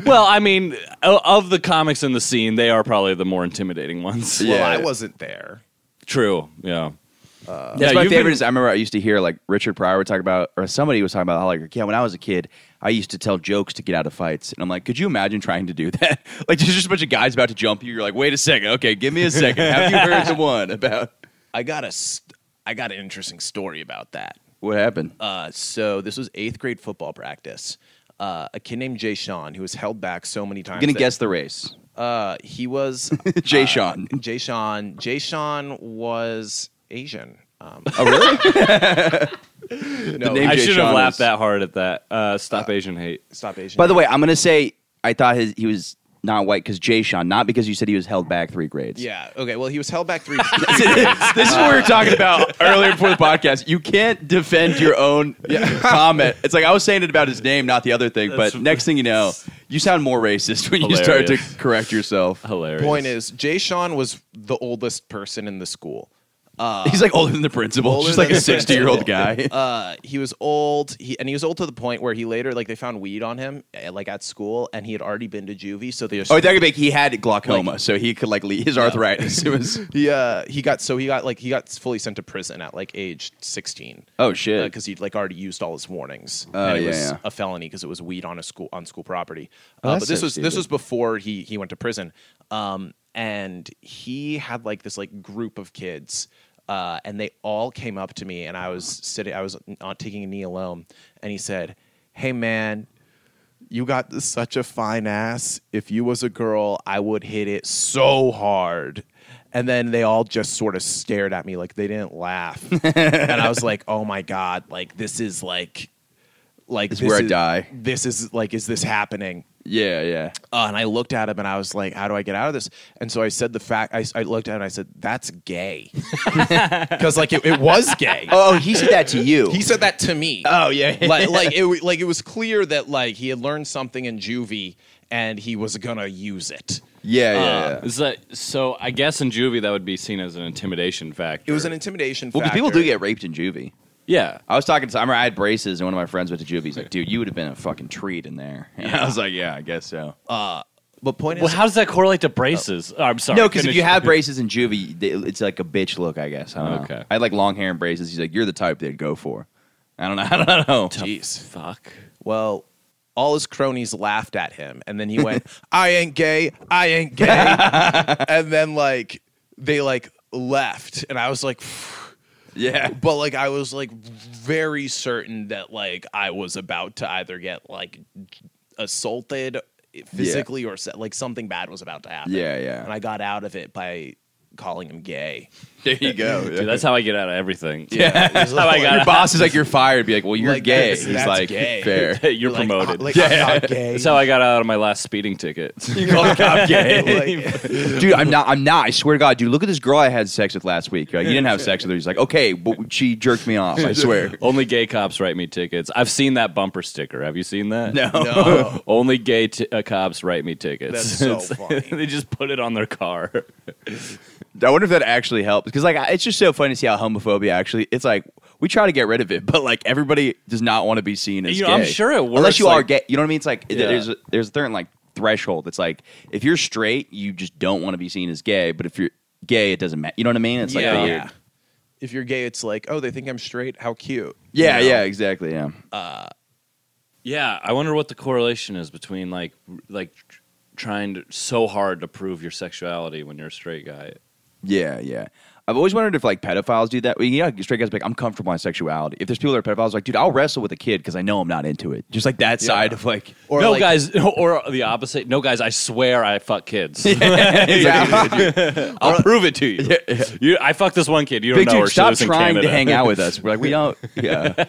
F: Well, I mean, o- of the comics in the scene, they are probably the more intimidating ones.
G: Well,
D: Yeah.
G: I wasn't there.
F: True. Yeah.
D: That's
F: Yeah,
D: my
F: you've
D: favorite.
F: been-
D: Is I remember I used to hear like Richard Pryor would talk about, or somebody was talking about how like yeah, when I was a kid, I used to tell jokes to get out of fights, and I'm like, could you imagine trying to do that? like there's just a bunch of guys about to jump you. You're like, wait a second, okay, give me a second. Have you heard the one about?
G: I got a. St- I got an interesting story about that.
D: What happened?
G: Uh, so this was eighth grade football practice. Uh, a kid named Jay Sean, who was held back so many times.
D: I'm gonna
G: that-
D: guess the race.
G: Uh, he was
D: Jay
G: uh,
D: Sean.
G: Jay Sean. Jay Sean was Asian. Um,
D: Oh really?
G: no,
D: name-
F: I
D: Jay
F: should
D: Sean
F: have laughed
D: is-
F: that hard at that. Uh, stop Asian hate.
G: stop Asian.
D: By the way, I'm gonna say I thought his, he was not white because Jay Sean, not because you said he was held back three grades.
G: yeah. Okay. Well, he was held back three.
D: this is what we were talking about earlier before the podcast. You can't defend your own comment. It's like I was saying it about his name, not the other thing. but next thing you know, you sound more racist when you start
F: Hilarious.
D: to correct yourself.
F: Hilarious.
G: point is, Jay Sean was the oldest person in the school.
D: He's like older than the principal,
G: Older
D: just like
G: than
D: a
G: the
D: 60 year old guy.
G: Uh, he was old. He and he was old to the point where he later, like, they found weed on him, eh, like at school, and he had already been to juvie. So they just
D: oh, that could be he had glaucoma, so he could like leave his arthritis. It was
G: he uh, he got so he got like he got fully sent to prison at like age sixteen.
D: oh shit.
G: because he'd like already used all his warnings.
D: Oh,
G: and it
D: yeah,
G: was
D: yeah.
G: a felony because it was weed on a school on school property.
D: Oh,
G: uh,
D: that's
G: but this
D: so
G: was
D: stupid.
G: this was before he he went to prison. Um, and he had like this like group of kids. Uh, and they all came up to me, and I was sitting, I was not taking a knee alone. And he said, "Hey, man, you got such a fine ass. If you was a girl, I would hit it so hard. And then they all just sort of stared at me like they didn't laugh. and I was like, oh my God, like this is like like
D: This is where I
G: is-
D: die.
G: This is like, is this happening?
D: Yeah, yeah.
G: Uh, and I looked at him and I was like, how do I get out of this? And so I said the fact, I, I looked at him and I said, that's gay. Because like it, it was gay.
D: Oh, he said that to you.
G: He said that to me
D: oh yeah.
G: like like it wa- like it was clear that like he had learned something in juvie and he was gonna use it.
D: yeah, yeah. yeah.
F: Um, Is that- so I guess in juvie that would be seen as an intimidation factor.
G: It was an intimidation.
D: well, because
G: factor.
D: people do get raped in juvie.
F: yeah.
D: I was talking to. I remember I had braces, and one of my friends went to juvie. He's like, "Dude, you would have been a fucking treat in there." And I was like, "Yeah, I guess so."
G: But point
F: Well,
G: is,
F: how does that correlate to braces? Oh, I'm sorry.
D: no, because if
F: finish.
D: you have braces in juvie, they- it's like a bitch look, I guess. I don't know.
F: Okay.
D: I had like long hair and braces. He's like, "You're the type they'd go for." I don't know. I don't know.
G: jeez.
F: fuck.
G: Well, all his cronies laughed at him, and then he went, "I ain't gay. I ain't gay." and then like they like left, and I was like.
D: Yeah.
G: But like I was like very certain that like I was about to either get like assaulted physically or se- like something bad was about to happen.
D: Yeah, yeah.
G: And I got out of it by calling him gay.
D: There you go.
F: Dude, that's how I get out of everything.
D: yeah.
G: That's how I got
D: Your boss is like, "You're fired." Be like, "Well, you're
G: Like,
D: gay."
G: that's-
D: He's
G: that's
D: like,
G: gay.
D: "Fair."
F: You're
G: Like,
F: promoted.
G: uh, Like, I'm not gay.
F: That's how I got out of my last speeding ticket.
D: You call the cop gay.
G: Like,
D: dude, I'm not. I'm not. I swear to God, dude. Look at this girl I had sex with last week. Like, you didn't have sex with her. He's like, okay, but she jerked me off. I swear.
F: Only gay cops write me tickets. I've seen that bumper sticker. Have you seen that?
D: No.
G: no.
F: Only gay t- uh, cops write me tickets.
G: That's so
F: It's-
G: funny.
F: they just put it on their car.
D: I wonder if that actually helps because like I- it's just so funny to see how homophobia actually. It's like we try to get rid of it, but like everybody does not want to be seen as
F: You
D: gay.
F: know, I'm sure it
D: unless
F: works,
D: you are
F: like-
D: gay. You know what I mean? It's like
F: Yeah.
D: there's a, there's a certain like threshold. It's like if you're straight, you just don't want to be seen as gay, but if you're gay, it doesn't matter. You know what I mean? It's like
G: Yeah.
D: the weird-
G: if you're gay, it's like, oh, they think I'm straight. How cute.
D: yeah,
G: You know?
D: yeah, exactly. Yeah,
F: Yeah, I wonder what the correlation is between like r- like tr- trying to, so hard to prove your sexuality when you're a straight guy.
D: yeah, yeah. I've always wondered if like pedophiles do that. Well, You know, straight guys be like, I'm comfortable in sexuality. If there's people that are pedophiles, like, dude, I'll wrestle with a kid because I know I'm not into it. Just like that side of like,
G: Or
F: no
G: like-
F: guys, or the opposite. No guys, I swear I fuck kids. I'll prove it to you. You- I fuck this one kid. You don't
D: big
F: know her.
D: dude,
F: She
D: stop
F: lives in
D: trying to
F: Canada.
D: hang out with us. We're like, we don't. Yeah.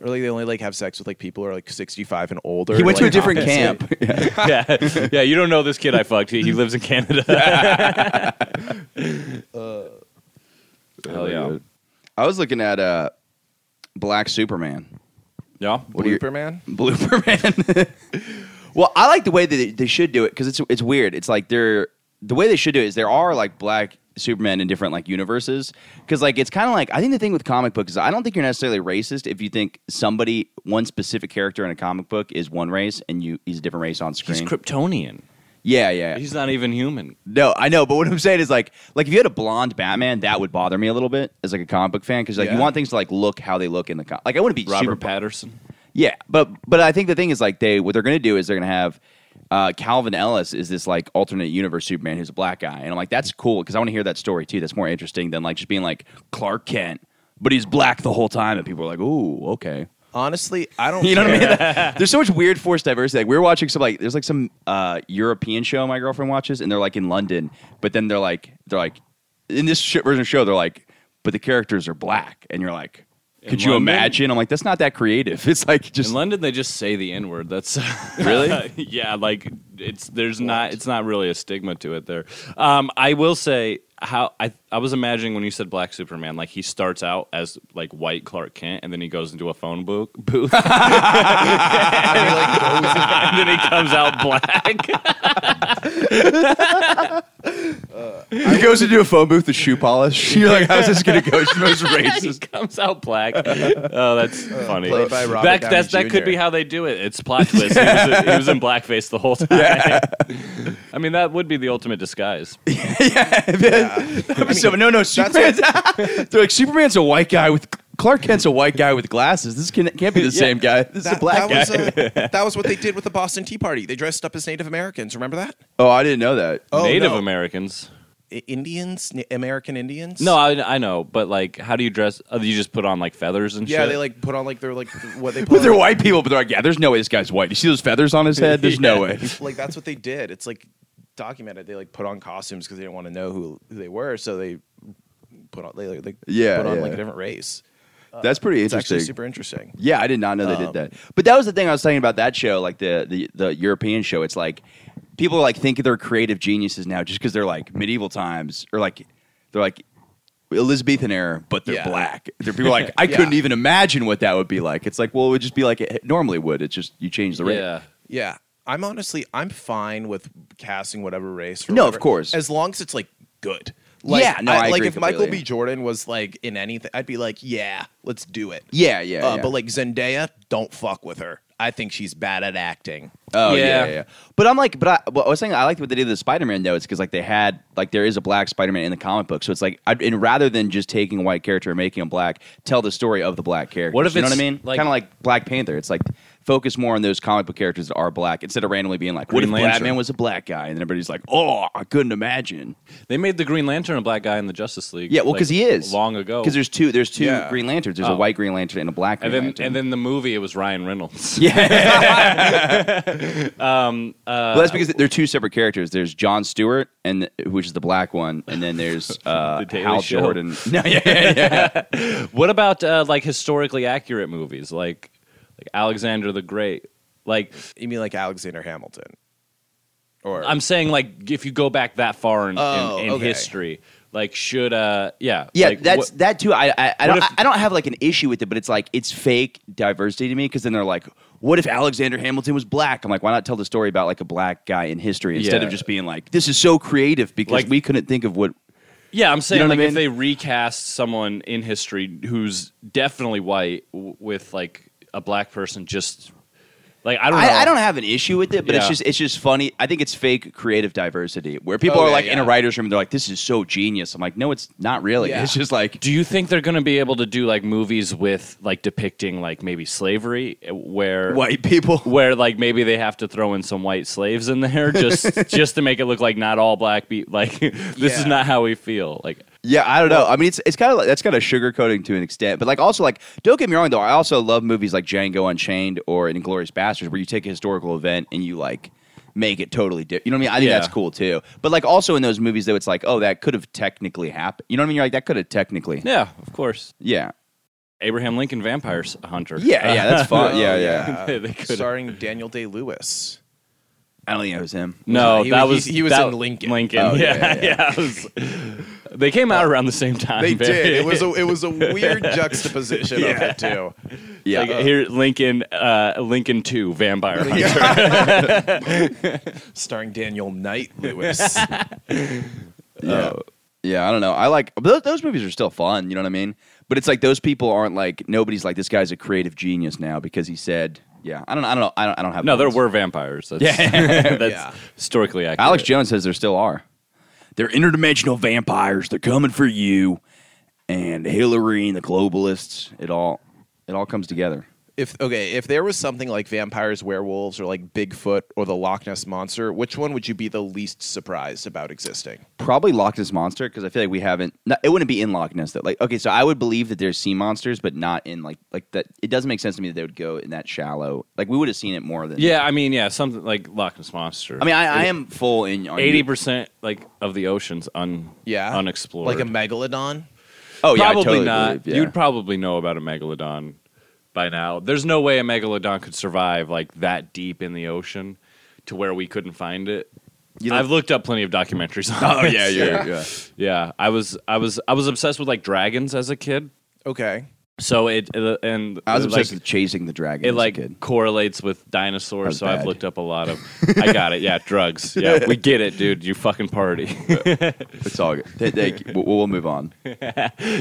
G: Or like they only like have sex with like people who are like 65 and older.
D: He went to
G: like,
D: a different
G: compensate.
D: camp.
F: yeah, yeah. You don't know this kid I fucked. He, he lives in Canada.
D: Uh,
F: Hell yeah,
D: I was looking at uh, Black Superman.
F: yeah.
D: What are your-
G: Blooper man.
D: Blooper Man. well, I like the way that they, they should do it because it's it's weird. It's like they're the way they should do it is there are like black Superman in different like universes because like it's kind of like I think the thing with comic books is I don't think you're necessarily racist if you think somebody one specific character in a comic book is one race and you he's a different race on screen.
F: He's Kryptonian.
D: yeah, yeah.
F: He's not even human.
D: No, I know, but what I'm saying is like, like if you had a blonde Batman, that would bother me a little bit as like a comic book fan because like
G: Yeah.
D: you want things to like look how they look in the comic. Like I wouldn't be
F: Robert
D: super
F: Patterson.
D: yeah, but but I think the thing is like they what they're gonna do is they're gonna have uh, Calvin Ellis is this like alternate universe Superman who's a black guy, and I'm like that's cool because I want to hear that story too. That's more interesting than like just being like Clark Kent. but he's black the whole time, and people are like, "Ooh, okay."
G: Honestly, I don't.
D: You know
G: care.
D: what I mean? there's so much weird forced diversity. Like we were watching some like there's like some uh, European show my girlfriend watches, and they're like in London, but then they're like they're like in this shit version of the show they're like, but the characters are black, and you're like, could you
F: London?
D: imagine? I'm like, that's not that creative. It's like
F: In
D: just
F: London, they just say the N word. That's really, yeah. Like it's there's not it's not really a stigma to it there. Um, I will say how I I was imagining when you said Black Superman, like he starts out as like white Clark Kent, and then he goes into a phone booth, booth, and, then he comes out black.
D: he goes into a phone booth with shoe polish. You're like, how's this gonna go? It's the most
F: he
D: racist.
F: comes out black. Oh, that's funny.
G: played by Robert
F: that
G: Downey
F: that's, that could
G: Jr..
F: be how they do it. It's plot twist. he, was, he was in blackface the whole time. I mean, that would be the ultimate disguise.
D: so, no, no, Superman's. they're like Superman's a white guy with Clark Kent's a white guy with glasses. This can, can't be the same guy. This is a black guy.
G: that Was uh, that was what they did with the Boston Tea Party. They dressed up as Native Americans. Remember that?
D: oh, I didn't know that.
G: Oh,
F: Native
G: no.
F: Americans.
G: I- Indians, Ni- American Indians.
F: No, I, I know, but like, how do you dress? Oh, you just put on like feathers and
G: yeah,
F: shit.
G: they like put on like their like what they put.
D: But
G: on,
D: they're white people, but they're like, yeah, there's no way this guy's white. You see those feathers on his head? There's no way.
G: Like that's what they did. It's like documented. They like put on costumes because they didn't want to know who, who they were, so they put on they like they
D: Yeah,
G: put on
D: yeah.
G: like a different race.
D: That's pretty
G: It's actually
D: interesting.
G: super interesting.
D: yeah, I did not know they
G: Um,
D: did that. But that was the thing I was saying about that show, like the the, the European show. It's like people like think they're creative geniuses now just because they're like medieval times or like they're like Elizabethan era, but they're
G: Yeah.
D: black. They're people are like I couldn't even imagine what that would be like. It's like well, it would just be like it normally would. It's just you change the rate.
F: yeah.
G: Yeah. I'm honestly I'm fine with casting whatever race. or
D: No, of
G: whatever,
D: course.
G: As long as it's like good. Like,
D: Yeah, no, I
G: like
D: agree
G: if Michael
D: completely.
G: B. Jordan was like in anything, I'd be like, yeah, let's do it.
D: yeah, yeah.
G: uh,
D: yeah.
G: But like Zendaya, don't fuck with her. I think she's bad at acting.
D: Oh yeah.
F: Yeah.
D: yeah, yeah. But I'm like, but I, but I was saying I liked what they did with Spider Man though. It's because like they had like there is a black Spider Man in the comic book, so it's like I, and rather than just taking a white character and making him black, tell the story of the black character.
F: What if
D: you know what I
F: it's,
D: mean?
F: like-
D: kind of like Black Panther. It's like focus more on those comic book characters that are black instead of randomly being like, what if
F: Green Lantern.
D: Batman was a black guy? And everybody's like, oh, I couldn't imagine.
F: They made the Green Lantern a black guy in the Justice League.
D: Yeah, well,
F: like,
D: because he is
F: long ago.
D: Because there's two, there's two
G: Yeah.
D: Green Lanterns. There's a
F: Oh.
D: white Green Lantern and a black. Green
F: and then
D: Lantern.
F: and then the movie it was Ryan Reynolds.
D: Yeah.
F: Um, uh,
D: well, that's because they're two separate characters. There's John Stewart, and which is the black one, and then there's uh,
F: The Daily
D: Hal
F: Show.
D: Jordan. No, yeah, yeah, yeah.
F: What about uh, like historically accurate movies like like Alexander the Great? Like
G: You mean like Alexander Hamilton? Or
F: I'm saying like if you go back that far in,
G: Oh,
F: in, in
G: okay.
F: history, like should uh yeah
D: yeah
F: like,
D: that's
F: what-
D: that too. I I, I don't
F: if-
D: I don't have like an issue with it, but it's like it's fake diversity to me because then they're like, what if Alexander Hamilton was black? I'm like, why not tell the story about like a black guy in history instead
F: Yeah.
D: of just being like, this is so creative because
F: Like-
D: we couldn't think of what.
F: Yeah, I'm saying
D: know what
F: like
D: I mean?
F: if they recast someone in history who's definitely white w- with like a black person, just like I don't know.
D: I, I don't have an issue with it, but it's
F: Yeah.
D: just it's just funny. I think it's fake creative diversity where people
G: Oh,
D: are
G: yeah,
D: like in a
G: yeah.
D: writer's room, they're like, "This is so genius." I'm like, "No, it's not really.
G: Yeah.
D: It's just like
F: Do you think they're going to be able to do like movies with like depicting like maybe slavery eh, where
D: white people."
F: where like maybe they have to throw in some white slaves in there just just to make it look like not all black be like this
G: Yeah.
F: is not how we feel like
D: Yeah, I don't know. I mean, it's it's kind of like, that's kind of sugarcoating to an extent, but like also like don't get me wrong though. I also love movies like Django Unchained or Inglorious Bastards where you take a historical event and you like make it totally different. You know what I mean? I think
F: Yeah.
D: that's cool too. But like also in those movies though, it's like, oh, that could have technically happened. You know what I mean? You're like that could have technically.
F: yeah of course
D: Yeah.
F: Abraham Lincoln vampire s- hunter
D: Yeah, yeah, that's fun. yeah, yeah.
F: They- they could've-
G: starring Daniel Day Lewis.
D: I don't think it was him.
F: no
G: he-
F: that
G: he-
F: was
G: he was
F: that-
G: in Lincoln.
F: Lincoln
D: Oh,
F: yeah
D: yeah,
F: yeah, it was- they came out around the same time
G: They
F: very-
G: did. It was a it was a weird juxtaposition of the two.
D: Yeah.
F: like, here Lincoln uh, Lincoln two vampire hunter.
G: Starring Daniel Knight Lewis.
D: Yeah. Uh, yeah, I don't know. I like but those, those movies are still fun. You know what I mean? But it's like those people aren't like nobody's like this guy's a creative genius now because he said. Yeah, I don't. I don't know. I don't. I don't have.
F: No, there
D: those.
F: were vampires. That's, yeah, that's
G: Yeah.
F: historically accurate.
D: Alex Jones says there still are. They're interdimensional vampires. They're coming for you, and Hillary and the globalists. It all. It all comes together.
G: if okay, if there was something like vampires, werewolves, or like Bigfoot or the Loch Ness monster, which one would you be the least surprised about existing?
D: Probably Loch Ness monster because I feel like we haven't. No, it wouldn't be in Loch Ness though. Like okay, so I would believe that there's sea monsters, but not in like like that. It doesn't make sense to me that they would go in that shallow. Like we would have seen it more than.
F: Yeah, I mean, yeah, something like Loch Ness monster.
D: I mean, I, I am full in on you.
F: eighty percent like of the oceans un
G: Yeah,
F: unexplored.
G: like a megalodon.
D: Oh yeah, I
F: probably
D: totally
F: not.
D: believe, yeah.
F: You'd probably know about a megalodon by now. There's no way a megalodon could survive like that deep in the ocean to where we couldn't find it.
D: You know-
F: I've looked up plenty of documentaries. On oh
D: yeah, yeah, yeah.
F: yeah. I was, I was, I was obsessed with like dragons as a kid.
G: Okay,
F: So it uh, and
D: I was
F: like,
D: obsessed with chasing the dragon.
F: it
D: as a
F: like
D: kid.
F: correlates with dinosaurs.
D: was
F: So I've
D: bad.
F: looked up a lot of. I got it. Yeah, drugs. Yeah, we get it, dude. You fucking party.
D: it's all good. Th- thank you. We'll, we'll move on.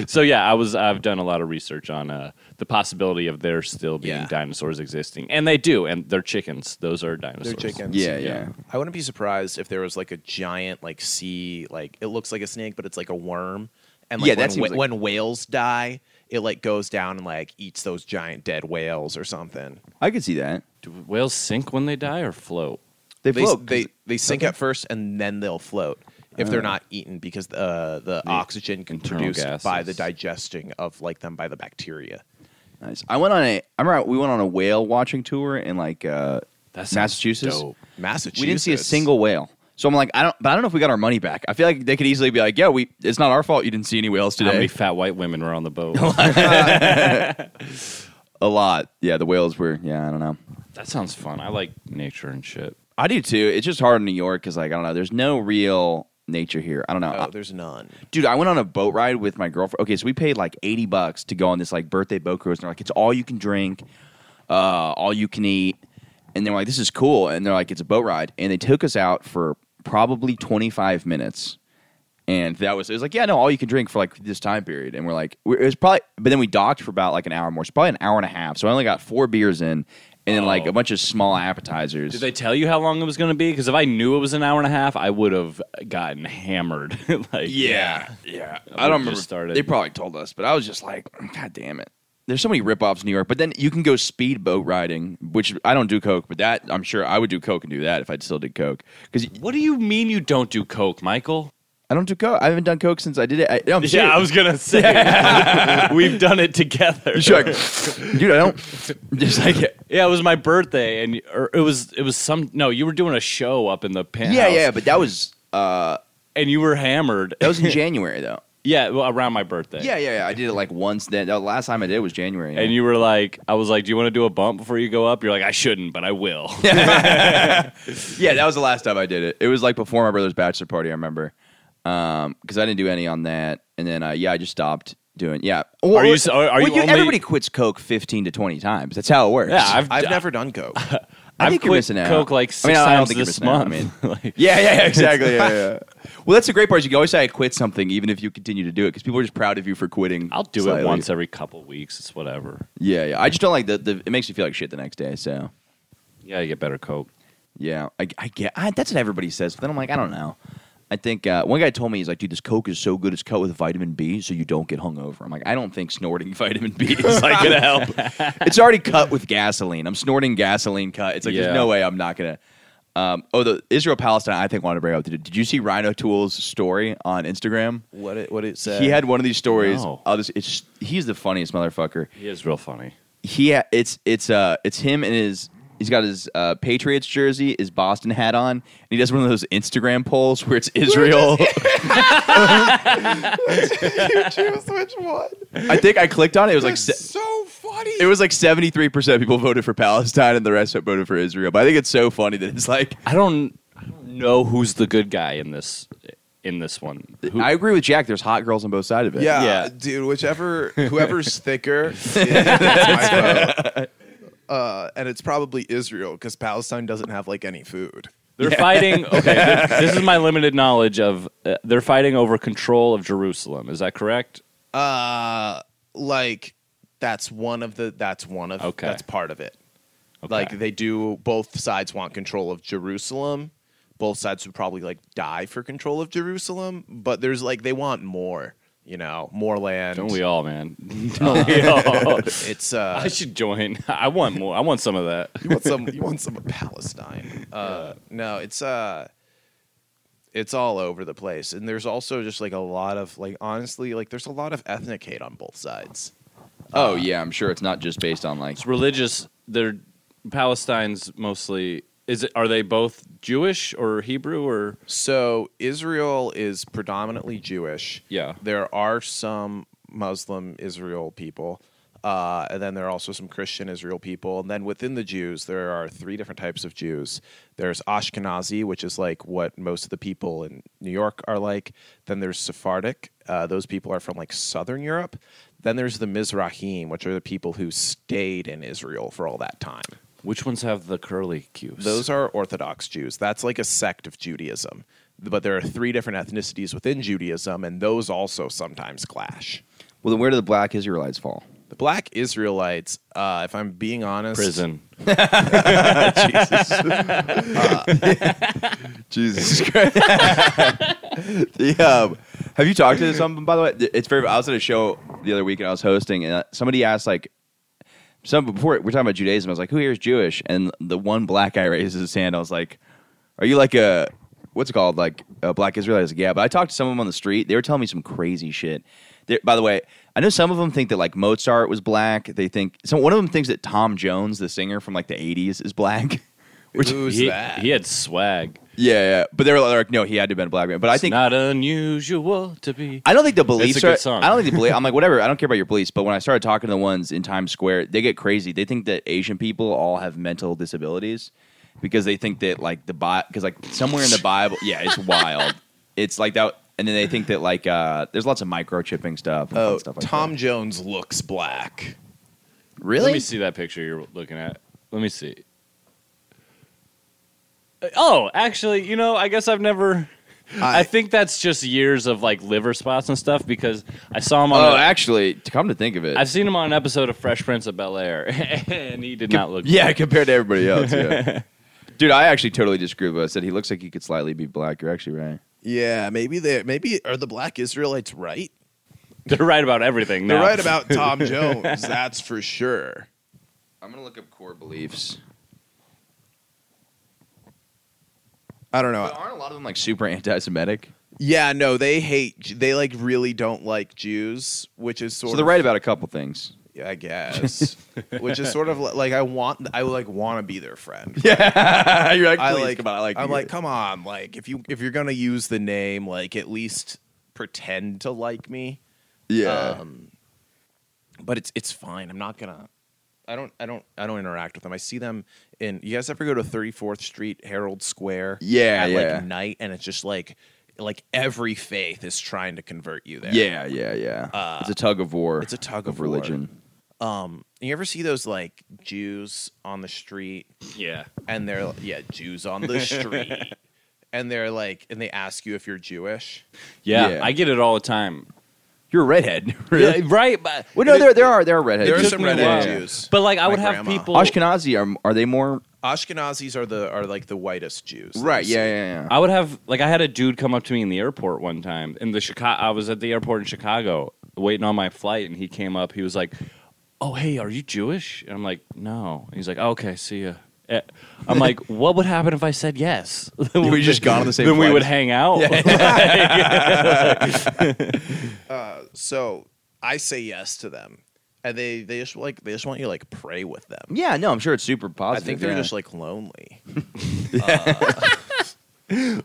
F: So yeah, I was I've done a lot of research on uh, the possibility of there still being
D: Yeah.
F: dinosaurs existing, and they do, and they're chickens. Those are
G: they're
F: dinosaurs.
G: chickens.
D: Yeah, yeah.
G: I wouldn't be surprised if there was like a giant like sea like it looks like a snake but it's like a worm and like,
D: Yeah, that
G: when,
D: seems
G: wh-
D: like-
G: when whales die it like goes down and like eats those giant dead whales or something.
D: I could see that.
F: Do whales sink when they die or float?
D: They
G: They s-
D: float. 'cause- Ah.
G: they they sink at first and then they'll float if they're not eaten because uh, the oxygen can
F: internal
G: produced by the
F: gases.
G: digesting of like them by the bacteria.
D: Nice. I went on a. I remember we went on a whale watching tour in like uh,
F: That sounds
D: Massachusetts.
F: dope.
G: Massachusetts.
D: We didn't see a single whale. So I'm like, I don't. But I don't know if we got our money back. I feel like they could easily be like, yeah, we. It's not our fault you didn't see any whales
F: How many
D: today.
F: fat white women were on the boat?
D: a lot. Yeah, the whales were. Yeah, I don't know.
F: that sounds fun. I like nature and shit.
D: I do too. It's just hard in New York because like I don't know. There's no real nature here. I don't know.
G: Oh,
D: I-
G: there's none.
D: dude, I went on a boat ride with my girlfriend. Okay, so we paid like eighty bucks to go on this like birthday boat cruise, and they're like, it's all you can drink, uh, all you can eat, and they're like, this is cool, and they're like, it's a boat ride, and they took us out for probably twenty five minutes. And that was it was like yeah no all you can drink for like this time period and we're like we- it was probably but then we docked for about like an hour more it's probably an hour and a half so I only got four beers in and then like a bunch of small appetizers
F: Oh. Did they tell you how long it was going to be? Because if I knew it was an hour and a half, I would have gotten hammered. like
D: Yeah, yeah.
F: We
D: I don't remember.
F: just started.
D: They probably told us, but I was just like, God damn it. There's so many ripoffs in New York, but then you can go speed boat riding, which I don't do coke, but that I'm sure I would do coke and do that if I still did coke because
F: What do you mean you don't do coke, Michael?
D: I don't do coke. I haven't done coke since I did it. I, no, I'm serious.
F: gonna say we've done it together.
D: You're just like, dude, I don't. Just like,
F: Yeah, it was my birthday, and or it was it was some. No, you were doing a show up in the penthouse.
D: yeah, yeah. But that was uh,
F: and you were hammered.
D: that was in January though.
F: yeah, well, around my birthday.
D: Yeah, yeah, yeah. I did it like once. Then the last time I did was January.
F: and you were like, I was like, "Do you want to do a bump before you go up?" You're like, "I shouldn't, but I will."
D: Yeah, that was the last time I did it. It was like before my brother's bachelor party. I remember because I didn't do any on that, and then uh, yeah, I just stopped doing. Yeah, Well,
F: Are you
D: well,
F: s- are- are
D: well,
F: you only-
D: Everybody quits coke fifteen to twenty times. That's how it works.
F: Yeah, I've,
G: I've never done coke.
D: I
F: I've
D: think you're
F: quit
D: missing out.
F: coke like
D: I
F: six
D: mean, I don't
F: times
D: think you're
F: this
D: missing out. I
F: month. Like,
D: yeah, yeah, yeah, exactly. Yeah, yeah. Well, that's the great part. Is you can always say I quit something, even if you continue to do it, because people are just proud of you for quitting.
F: I'll do
D: slightly.
F: it once every couple weeks. It's whatever.
D: Yeah, yeah. I just don't like the, the. It makes me feel like shit the next day. So
F: Yeah, you get better coke.
D: Yeah, I, I get. I, that's what everybody says. But then I'm like, I don't know. I think uh, one guy told me he's like, dude, this Coke is so good. It's cut with vitamin B, so you don't get hungover. I'm like, I don't think snorting vitamin B is like gonna help. it's already cut with gasoline. I'm snorting gasoline cut. It's like
F: Yeah.
D: there's no way I'm not gonna. Um, oh, the Israel Palestine. I think wanted to bring up. Did, did you see Rhino Tools story on Instagram?
G: what it what it said?
D: he had one of these stories.
F: No.
D: I'll just, it's, he's the funniest motherfucker
F: He is real funny.
D: he ha- it's it's uh it's him and his he's got his uh, Patriots jersey, his Boston hat on, and he does one of those Instagram polls where it's Israel.
G: choose which one.
D: I think I clicked on it. It was like se-
G: so funny.
D: it was like seventy three percent people voted for Palestine and the rest voted for Israel. But I think it's so funny that it's like
F: I don't, I don't know who's the good guy in this in this one. Who-
D: I agree with Jack. There's hot girls on both sides of it.
G: Yeah,
F: Yeah.
G: dude. Whichever, whoever's thicker, is my vote. Uh, and it's probably Israel because Palestine doesn't have like any food.
F: They're fighting. Okay, th- this is my limited knowledge of. Uh, they're fighting over control of Jerusalem. Is that correct?
G: Uh, like that's one of the. That's one of.
F: Okay.
G: That's part of it.
F: Okay.
G: Like they do. Both sides want control of Jerusalem. Both sides would probably like die for control of Jerusalem, but there's like they want more. you know, Moreland.
F: Don't we all, man? Don't we all?
G: It's uh,
F: I should join. I want more. I want some of that.
G: you want some you want some of Palestine. Uh, No, it's uh, it's all over the place, and there's also just like a lot of like honestly, like there's a lot of ethnic hate on both sides.
D: Oh yeah, I'm sure it's not just based on like
F: It's religious. They're Palestine's mostly. Is it? Are they both Jewish or Hebrew or?
G: So Israel is predominantly Jewish.
F: Yeah.
G: There are some Muslim Israel people, uh, and then there are also some Christian Israel people. And then within the Jews, there are three different types of Jews. There's Ashkenazi, which is like what most of the people in New York are like. Then there's Sephardic. Uh, those people are from like Southern Europe. Then there's the Mizrahim, which are the people who stayed in Israel for all that time.
F: Which ones have the curly cues?
G: Those are Orthodox Jews. That's like a sect of Judaism. But there are three different ethnicities within Judaism, and those also sometimes clash.
D: well then where do the black Israelites fall?
G: The black Israelites, uh, if I'm being honest,
F: prison.
D: Jesus Christ. the, um, have you talked to someone, by the way? It's very, I was at a show the other week and I was hosting, and uh, somebody asked, like, some before we're talking about Judaism, I was like, who here is Jewish? And the one black guy raises his hand. I was like, are you like a, what's it called? Like a black Israelite? I was like, yeah. But I talked to some of them on the street. They were telling me some crazy shit. they by the way, I know some of them think that like Mozart was black. They think, so one of them thinks that Tom Jones, the singer from like the 80s, is black. Which,
G: Who's
F: he,
G: that?
F: he had swag.
D: yeah, yeah. But they were like, no, he had to have been a black man. But I
F: It's
D: think
F: not unusual to be.
D: I don't think the beliefs
F: It's a good
D: are.
F: song.
D: I don't think the belief. I'm like whatever. I don't care about your beliefs. But when I started talking to the ones in Times Square, they get crazy. They think that Asian people all have mental disabilities because they think that like the Bible because like somewhere in the Bible, yeah, it's wild. It's like that, and then they think that like uh there's lots of microchipping stuff. And
G: Oh,
D: fun stuff like
G: Tom
D: that.
G: Jones looks black.
F: Let me see that picture you're looking at. Let me see. Uh, Oh, actually, you know, I guess I've never. I, think that's just years of like liver spots and stuff because I saw him on.
D: Oh,
F: a-
D: actually, to come to think of it,
F: I've seen him on an episode of Fresh Prince of Bel Air, and he did not look.
D: yeah, compared to everybody else, yeah. Dude, I actually totally disagree with what I said. He looks like he could slightly be black. You're actually right.
G: Yeah, maybe they maybe are the black Israelites right?
F: they're right about everything.
G: They're
F: now.
G: right about Tom Jones, that's for sure.
D: I'm gonna look up core beliefs.
G: I don't
D: But
G: know.
D: aren't a lot of them like super anti-Semitic?
G: Yeah, no, they hate they like really don't like Jews, which is sort
D: So
G: of
D: they're right about a couple things.
G: I guess. Which is sort of li- like I want, I like want to be their friend.
D: Yeah, you're like,
G: I
D: "Please,
G: like,
D: come on, I like.
G: I'm
D: you."
G: like, come on, like if you if you're gonna use the name, like at least pretend to like me.
D: yeah.
G: Um, but it's it's fine. I'm not gonna. I don't I don't I don't interact with them. I see them in. You guys ever go to 34th Street Herald Square?
D: Yeah,
G: at
D: yeah.
G: Like night, and it's just like like every faith is trying to convert you there.
D: yeah, yeah, yeah.
G: Uh,
D: it's a tug of war.
G: it's a tug of war.
D: religion.
G: Um, you ever see those like Jews on the street
F: Yeah,
G: and they're yeah Jews on the street, and they're like, and they ask you if you're Jewish.
F: yeah,
D: Yeah.
F: I get it all the time.
D: You're a redhead,
F: Yeah, right, but
D: well, no, there there are there are redheads.
G: There are
D: Just-
G: some
F: me a
G: redhead
F: while.
G: Jews,
F: but like I
G: My
F: would have
G: grandma.
F: people.
D: Ashkenazi are are they more
G: Ashkenazis are the are like the whitest Jews. that
D: right?
G: you see.
D: Yeah, yeah, yeah.
F: I would have like I had a dude come up to me in the airport one time in the Chicago. I was at the airport in Chicago waiting on my flight, and he came up. He was like, "Oh, hey, are you Jewish?" And I'm like, "No." And he's like, "Oh, "Okay, see ya." Eh, I'm like, "What would happen if I said yes?"
D: We just gone on the same
F: Then we
D: flight.
F: would hang out.
G: So I say yes to them, and they they just like they just want you to like pray with them.
D: Yeah, no, I'm sure it's super
G: I
D: positive.
G: think they're
D: yeah.
G: just like lonely.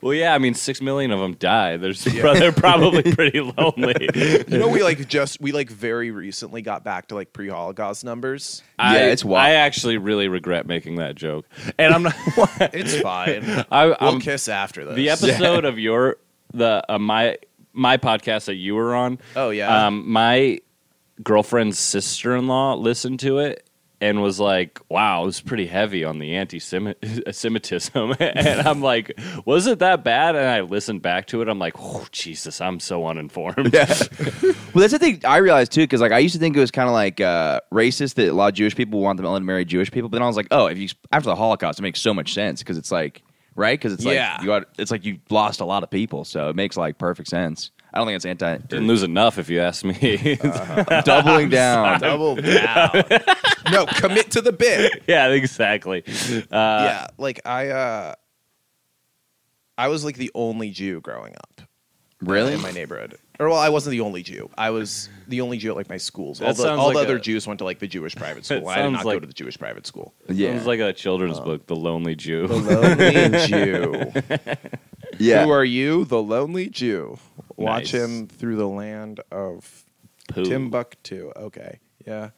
F: well, yeah. I mean, six million of them die. They're, s- they're probably pretty lonely.
G: You know, we like just we like very recently got back to like pre-Holocaust numbers.
F: I,
D: it's wild.
F: I actually really regret making that joke, and I'm not.
G: It's fine.
F: I,
G: we'll
F: I'm,
G: kiss after this.
F: Um, the episode of your the uh, my my podcast that you were on.
G: Oh, yeah.
F: Um, my girlfriend's sister in law listened to it and was like, "Wow, it was pretty heavy on the anti-Semitism." and I'm like, "Was it that bad?" And I listened back to it. I'm like, "Oh Jesus, I'm so uninformed."
D: Well, that's the thing I realized too, because like I used to think it was kind of like uh, racist that a lot of Jewish people want them to marry Jewish people. But then I was like, oh, if you after the Holocaust, it makes so much sense because it's like right because it's like
G: Yeah.
D: you got, it's like you lost a lot of people, so it makes like perfect sense. I don't think it's anti.
F: Didn't lose enough, if you ask me.
D: Uh-huh. doubling down.
G: Double down. no, commit to the bit.
F: yeah, exactly. Uh,
G: yeah, like I, uh, I was like the only Jew growing up
D: Really?
G: in my neighborhood. Or well, I wasn't the only Jew. I was the only Jew at like my schools.
F: That
G: all the,
F: sounds
G: all the
F: like
G: other
F: a-
G: Jews went to like the Jewish private school. I did
F: sounds
G: not go
F: like-
G: to the Jewish private school.
F: yeah.
D: Yeah. Uh-huh.
F: Sounds like a children's book, The Lonely Jew.
G: The lonely Jew.
D: yeah.
G: Who are you? The lonely Jew. Watch
F: Nice.
G: him through the land of
F: Pooh.
G: Timbuktu. Okay. Yeah.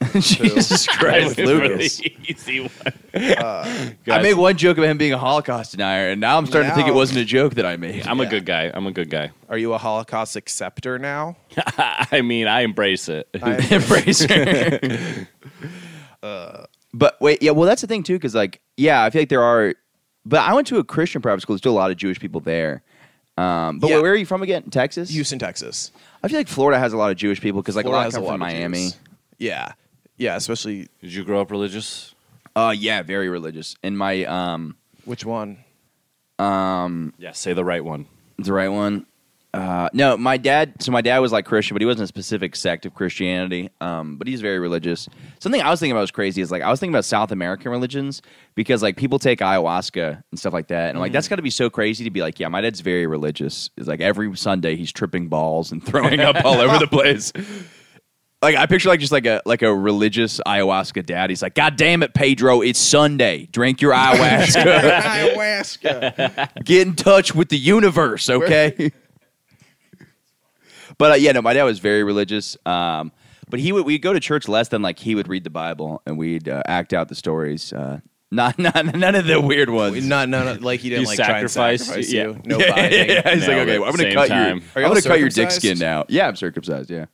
D: Jesus Christ,
F: That's a really
D: Lucas. Uh,
F: easy one.
D: I made one joke about him being a Holocaust denier, and now I'm starting to think it
G: Now-
D: wasn't a joke that I made.
F: I'm a good guy. I'm a good guy.
G: Are you a Holocaust acceptor now?
F: I mean, I embrace it.
D: Embrace her. Uh, but wait, yeah, well, that's the thing too, because like, yeah, I feel like there are. But I went to a Christian private school. There's still a lot of Jewish people there. Um, but
G: Yeah.
D: where are you from again? Texas.
G: Houston, Texas.
D: I feel like Florida has a lot of Jewish people because like
G: Florida
D: a lot
G: has
D: come from
G: of
D: Miami.
G: Jews. Yeah. Yeah, especially
F: Did you grow up religious?
D: Uh, yeah, very religious. And my um,
G: which one?
F: Yeah, say the right one.
D: the right one. Uh, no, my dad. So my dad was like Christian, but he wasn't a specific sect of Christianity. Um, but he's very religious. Something I was thinking about was crazy is like I was thinking about South American religions because like people take ayahuasca and stuff like that, and I'm like that's got to be so crazy to be like, yeah, my dad's very religious. It's like every Sunday he's tripping balls and throwing up all over the place. Like I picture like just like a like a religious ayahuasca dad. He's like, God damn it, Pedro, it's Sunday. Drink your ayahuasca.
G: Ayahuasca.
D: get in touch with the universe, okay? but uh, yeah, no, my dad was very religious. Um, but he would we'd go to church less than like he would read the Bible and we'd uh, act out the stories. Uh, not, not none of the weird ones.
G: no, no, no. Like he didn't
F: You
G: like try and
F: sacrificed-
G: sacrifice
F: yeah.
G: you. No
D: yeah,
G: binding.
D: yeah, he's like,
F: Nailed
D: okay,
F: it.
D: well, I'm gonna
F: Same
D: cut
F: time.
G: Are
D: your,
G: y'all
D: I'm gonna cut your dick
G: circumcised?
D: skin out. Yeah, I'm circumcised. Yeah.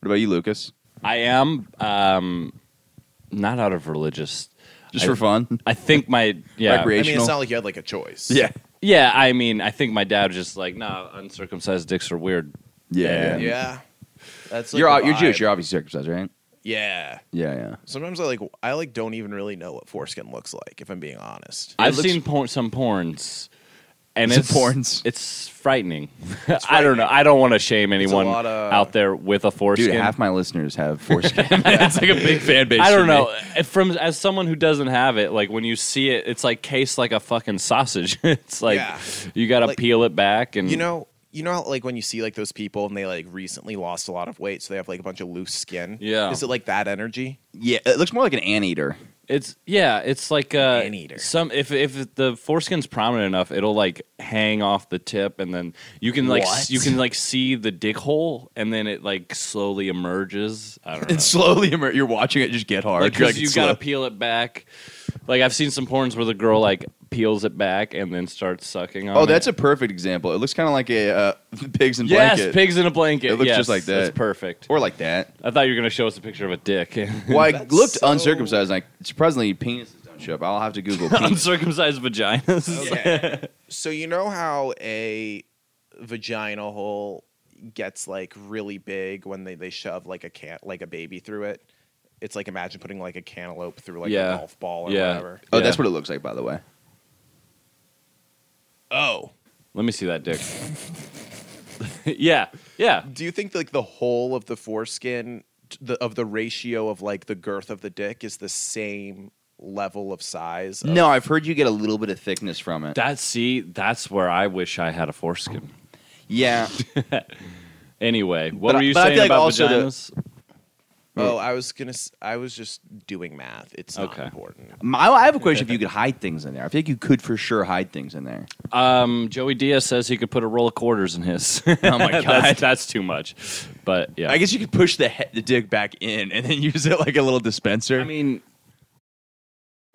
D: What about you, Lucas?
F: I am um, not out of religious.
D: Just
F: I-
D: for fun,
F: I think my yeah
G: I
D: Recreation-
G: mean, it's not like you had like a choice.
D: yeah,
F: yeah. I mean, I think my dad was just like, no, uncircumcised dicks are weird. Yeah.
D: yeah.
G: Yeah. That's like
D: You're
G: the
D: you're
G: vibe.
D: Jewish. You're obviously circumcised, right?
G: Yeah.
D: Yeah, yeah.
G: Sometimes I like I like don't even really know what foreskin looks like if I'm being honest.
F: I've
D: looks-
F: seen porn, some porns, and
D: Some
F: it's
D: porns.
F: It's frightening. I don't know. I don't want to shame anyone
G: lot of-
F: out there with a foreskin.
D: Dude, half my listeners have foreskin.
F: it's like a big fan
D: base
F: I don't
D: for me.
F: know. From as someone who doesn't have it, like when you see it, it's like case like a fucking sausage. it's like
G: Yeah.
F: you got to
G: Like-
F: peel it back, and
G: You know, you know, how, like when you see like those people and they like recently lost a lot of weight, so they have like a bunch of loose skin.
F: Yeah.
G: is it like that energy?
D: yeah, it looks more like an anteater.
F: it's yeah, it's like uh,
G: Anteater.
F: some if if the foreskin's prominent enough, it'll like hang off the tip, and then you can like
D: What?
F: s- you can like see the dick hole, and then it like slowly emerges. I don't know.
D: It slowly emer- you're watching it just get hard.
F: like
D: You're
F: 'cause you
D: it's
F: gotta
D: slow.
F: peel it back. Like I've seen some porns where the girl like peels it back and then starts sucking on.
D: Oh, that's
F: it.
D: a perfect example. It looks kind of like a uh, pigs and
F: yes,
D: blanket,
F: pigs in a blanket.
D: It looks
F: yes,
D: just like that.
F: That's perfect.
D: or like that.
F: I thought you were gonna show us a picture of a dick.
D: Well, I looked
G: so-
D: uncircumcised. And I, surprisingly, penises don't show up. I'll have to Google. penis.
F: Uncircumcised vaginas.
G: Yeah. so you know how a vagina hole gets like really big when they, they shove like a can like a baby through it. It's like imagine putting like a cantaloupe through like
F: Yeah.
G: a golf ball or
F: Yeah.
G: whatever.
D: oh,
F: Yeah.
D: that's what it looks like, by the way.
G: Oh,
F: Let me see that dick. yeah, yeah.
G: do you think like the whole of the foreskin t- the, of the ratio of like the girth of the dick is the same level of size? of-
D: No, I've heard you get a little bit of thickness from it.
F: That see, that's where I wish I had a foreskin.
D: yeah,
F: Anyway, what
D: But I-
F: were you
D: but I
F: saying
D: feel like
F: about
D: also the-
F: vaginas?
G: Oh, I was gonna. s- I was just doing math. It's not
F: Okay.
G: important.
D: My, I have a question. if you could hide things in there, I feel like you could for sure hide things in there.
F: um, Joey Diaz says he could put a roll of quarters in his.
D: Oh my God.
F: that's, that's too much. But yeah,
D: I guess you could push the he- the dick back in and then use it like a little dispenser.
F: I mean,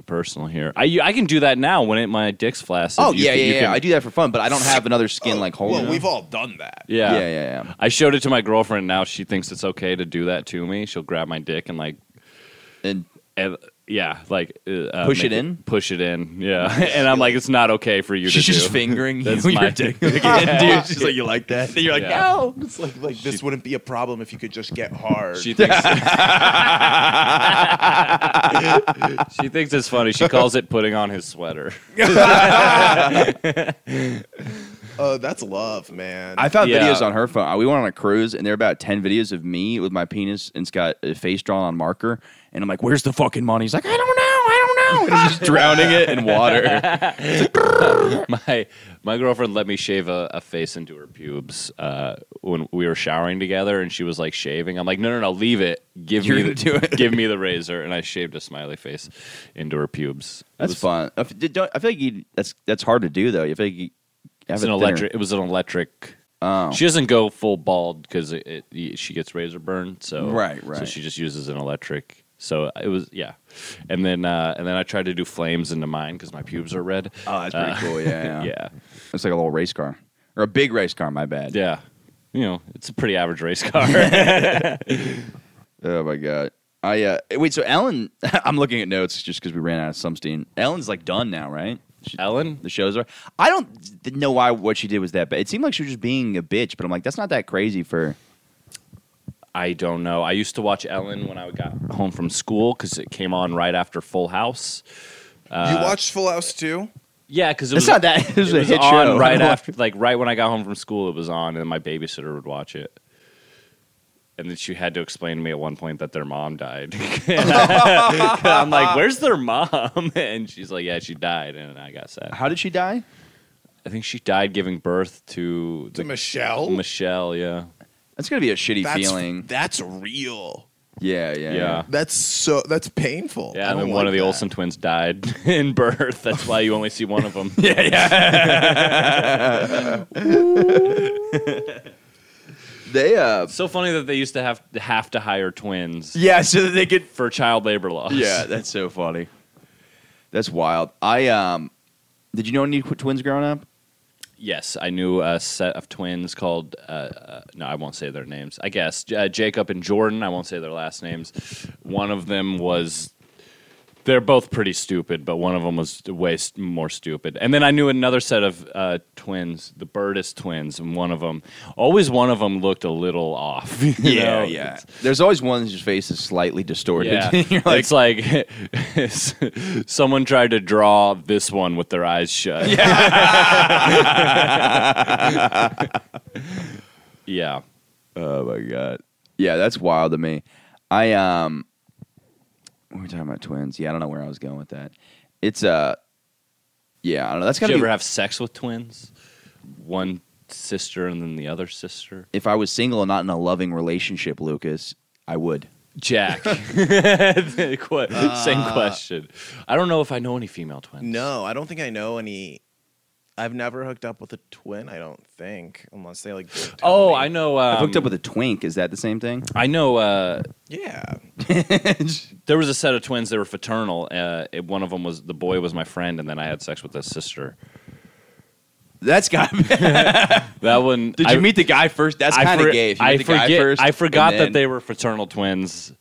F: personal here. I you- I can do that now when it, my dick's flaccid.
D: oh
F: You
D: yeah,
F: can-
D: yeah,
F: you
D: yeah.
F: can-
D: I do that for fun, but I don't have another skin like hole.
G: Well, we've all done that.
F: yeah,
D: yeah, yeah, yeah.
F: I showed it to my girlfriend. Now she thinks it's okay to do that to me. She'll grab my dick and like,
D: And
F: ev- yeah, like uh, uh,
D: Push
F: make
D: it in?
F: push it in. Yeah, and I'm like, it's not okay for you
D: She's
F: to
D: just
F: do.
D: fingering
F: That's
D: you your
F: my-
D: dick again, dude. She's like, you like that? And you're like,
F: Yeah.
D: no.
G: It's like like this wouldn't be a problem if you could just get hard.
F: she thinks. she thinks it's funny. She calls it putting on his sweater.
G: Uh, that's love, man.
D: I found
F: Yeah.
D: videos on her phone. We went on a cruise, and there were about ten videos of me with my penis, and it's got a face drawn on marker. And I'm like, "Where's the fucking money?" He's like, "I don't know, I don't know." And I'm just drowning it in water.
F: my my girlfriend let me shave a, a face into her pubes uh, when we were showering together, and she was like shaving. I'm like, no, no, no, leave it. Give
D: You're
F: me
D: gonna
F: the
D: do it."
F: give me the razor, and I shaved a smiley face into her pubes. It
D: That's
F: was-
D: fun. I f- don't- I feel like you, that's that's hard to do though. You feel like you have
F: It's
D: a
F: an
D: thinner-
F: electric. It was an electric.
D: Oh.
F: She doesn't go full bald because it, it, she gets razor burn. So
D: Right,
F: So
D: right.
F: she just uses an electric. So it was yeah, and then uh, and then I tried to do flames into mine because my pubes are red.
D: Oh, that's pretty
F: Uh,
D: cool. Yeah, yeah,
F: yeah,
D: It's like a little race car or a big race car. My bad.
F: yeah. You know, it's a pretty average race car.
D: Oh my god. I uh, wait. So Ellen, I'm looking at notes just because we ran out of Sumstein. Ellen's like done now, right? She-
F: Ellen,
D: the shows are. I don't th- know why what she did was that, but it seemed like she was just being a bitch. But I'm like, that's not that crazy for.
F: I don't know. I used to watch Ellen when I got home from school because it came on right after Full House.
G: you
F: Uh,
G: watched Full House too?
F: Yeah, because it
D: It's
F: was
D: not that. It was
F: it
D: a
F: was
D: hit
F: on
D: show.
F: right after, like right when I got home from school, it was on, and my babysitter would watch it. And then she had to explain to me at one point that their mom died. I'm like, "Where's their mom?" And she's like, "Yeah, she died." And I got sad.
D: How did she die?
F: I think she died giving birth to
G: To
F: the-
G: Michelle?
F: Michelle. Yeah,
D: That's gonna be a shitty
G: that's,
D: feeling.
G: That's real.
D: yeah, yeah,
F: yeah.
G: That's so. That's painful. I
F: Yeah, and
G: don't
F: then one
G: like
F: of the
G: that.
F: Olsen twins died in birth. That's why you only see one of them.
D: They uh,
F: It's so funny that they used to have have to hire twins
D: yeah, so that they could.
F: for child labor laws.
D: Yeah, that's so funny. That's wild. I um, did you know any qu- twins growing up?
F: Yes, I knew a set of twins called. Uh, uh, no, I won't say their names. I guess J- uh, Jacob and Jordan. I won't say their last names. One of them was. They're both pretty stupid, but one of them was way s- more stupid. And then I knew another set of uh, twins, the Burtis twins, and one of them, always one of them looked a little off. you know?
D: There's always one whose face is slightly distorted.
F: Yeah.
D: You're like,
F: it's like it's- someone tried to draw this one with their eyes shut. Yeah.
D: oh my god. Yeah, that's wild to me. I um, we were talking about twins. Yeah, I don't know where I was going with that. It's uh, yeah, I don't know. That's
F: Did
D: gotta
F: you
D: be
F: ever have sex with twins? One sister and then the other sister?
D: if I was single and not in a loving relationship, Lucas, I would.
F: Jack. Que-
D: Uh,
F: Same question. I don't know if I know any female twins.
G: No, I don't think I know any. I've never hooked up with a twin. I don't think, unless they like. didn't tell
F: Oh,
G: me.
F: I know. Um,
D: I hooked up with a twink. Is that the same thing?
F: I know. Uh,
G: Yeah,
F: there was a set of twins. They were fraternal. Uh, it- one of them was the boy was my friend, and then I had sex with his sister.
D: That's got.
F: That one.
D: Did
F: I-
D: you meet the guy first? That's kind of
F: for-
D: gay. If you
F: I
D: meet the guy
F: forget-
D: first,
F: I forgot
D: and
F: that
D: then-
F: they were fraternal twins,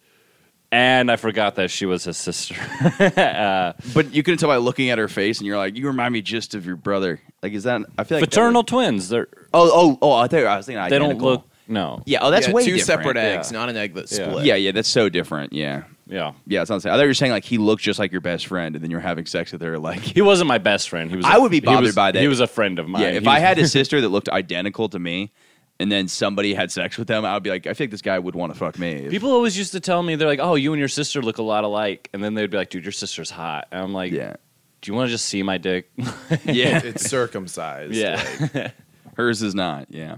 F: and I forgot that she was his sister. Uh,
D: But you couldn't tell by looking at her face, and you're like, you remind me just of your brother. Like, is that? I feel like that
F: fraternal
D: would-
F: twins. They're
D: oh, oh, oh! I thought you were- I was thinking
F: they don't
D: identical.
F: look. No.
D: Yeah. Oh, that's
G: Yeah,
D: way
G: two
D: different.
G: separate
D: yeah.
G: eggs, not an egg that's
F: Yeah.
G: split.
D: Yeah, yeah, that's so different. Yeah,
F: Yeah.
D: yeah, it's not the same. I thought you were saying like he looked just like your best friend, and then you're having sex with her. Like,
F: He wasn't my best friend. He was.
D: I would be
F: he
D: bothered
F: was-
D: by that.
F: He was a friend of mine.
D: yeah, if
F: He
D: I
F: was-
D: had a sister that looked identical to me, and then somebody had sex with them, I would be like, I think this guy would want to fuck me.
F: People always used to tell me they're like, "Oh, you and your sister look a lot alike," and then they'd be like, "Dude, your sister's hot." And I'm like,
D: yeah,
F: Do you want to just see my dick?
D: yeah.
G: it's circumcised.
F: yeah.
D: Hers is not. Yeah.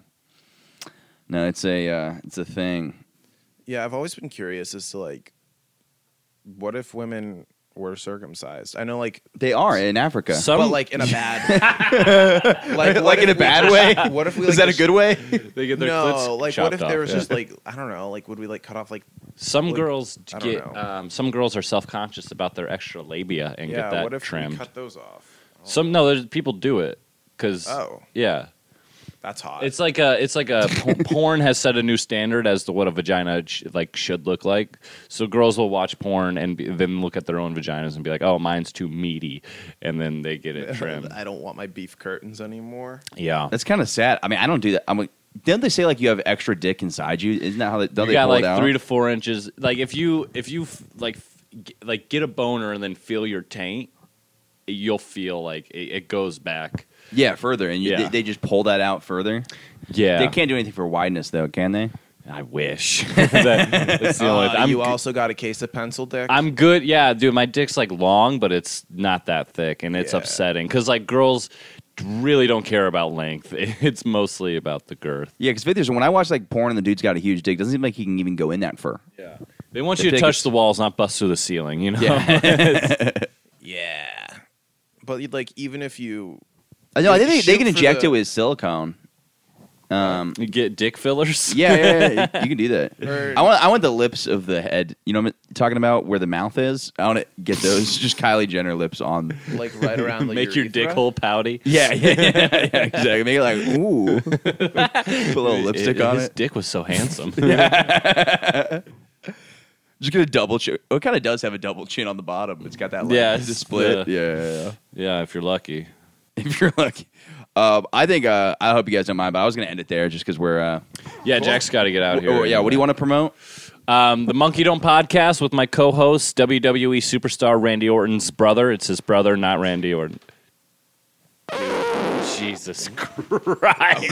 D: No, it's a uh, it's a thing.
G: Yeah, I've always been curious as to like, what if women were circumcised? I know, like,
D: They are in Africa.
F: Some
G: but like in a bad, like, what
D: like in a
G: if we
D: bad
G: just-
D: way.
G: What if we?
D: Is
G: like,
D: that a
G: just-
D: good way?
F: they get their clits
G: No, like, what
F: chopped
G: if
F: off,
G: there was
F: yeah.
G: just like, I don't know, like, would we like cut off like?
F: Some
G: Like,
F: girls
G: I don't
F: get
G: know.
F: um, some girls are self conscious about their extra labia and
G: yeah,
F: get that
G: what if we
F: trimmed.
G: cut those off?
F: some no, there's, people do it because
G: Oh.
F: yeah,
G: That's hot.
F: it's like a it's like a po- porn has set a new standard as to what a vagina sh- like should look like. So girls will watch porn and be, then look at their own vaginas and be like, oh, mine's too meaty, and then they get it trimmed.
G: I don't want my beef curtains anymore.
F: yeah,
D: That's kind of sad. I mean, I don't do that. I'm like, don't they say like you have extra dick inside you? Isn't that how they? Don't
F: you
D: they
F: got
D: pull
F: like
D: it out?
F: three to four inches. Like if you if you f- like f- g- like get a boner and then feel your taint, you'll feel like it, it goes back.
D: Yeah, further, and you,
F: Yeah.
D: they, they just pull that out further.
F: Yeah,
D: They can't do anything for wideness, though, can they?
F: I wish. That- that's the only-
G: Uh,
F: I'm,
G: you also got a case of pencil dick.
F: I'm good. Yeah, dude, my dick's like long, but it's not that thick, and it's
G: Yeah.
F: upsetting because like girls really don't care about length. It's mostly about the girth.
D: Yeah, because Victor's when I watch like porn and the dude's got a huge dick, doesn't seem like he can even go in that fur.
F: They want
D: The
F: you to
D: biggest-
F: touch the walls, not bust through the ceiling. You know.
G: yeah, but like even if you
D: Uh, No, I
G: Like,
D: think they, they
G: shoot
D: can
G: for
D: inject
G: the-
D: it with silicone. Um,
F: You get dick fillers.
D: yeah, yeah, yeah, yeah, you can do that.
G: Or-
D: I want, I want the lips of the head. You know what I'm talking about, where the mouth is. I want to get those, just Kylie Jenner lips on.
G: like right around like,
F: Make your dick
G: urethra,
F: hole pouty.
D: Yeah, yeah, yeah, yeah, exactly. Make it like ooh, put a little lipstick
F: It-
D: on
F: his
D: it.
F: dick was so handsome.
D: Just get a double chin. Oh, it kind of does have a double chin on the bottom. It's got that like,
F: Yeah,
D: the
F: it's
D: split.
F: the-
D: yeah, yeah, yeah.
F: yeah, if you're lucky.
D: if you're lucky. Um, I think uh, I hope you guys don't mind, but I was going to end it there just because we're. Uh,
F: Yeah, Jack's got to get out
D: oh,
F: here.
D: yeah, what do you want to promote?
F: Um, the Monkey Don't podcast with my co-host WWE superstar Randy Orton's brother. It's his brother, not Randy Orton. Dude, Jesus Christ! you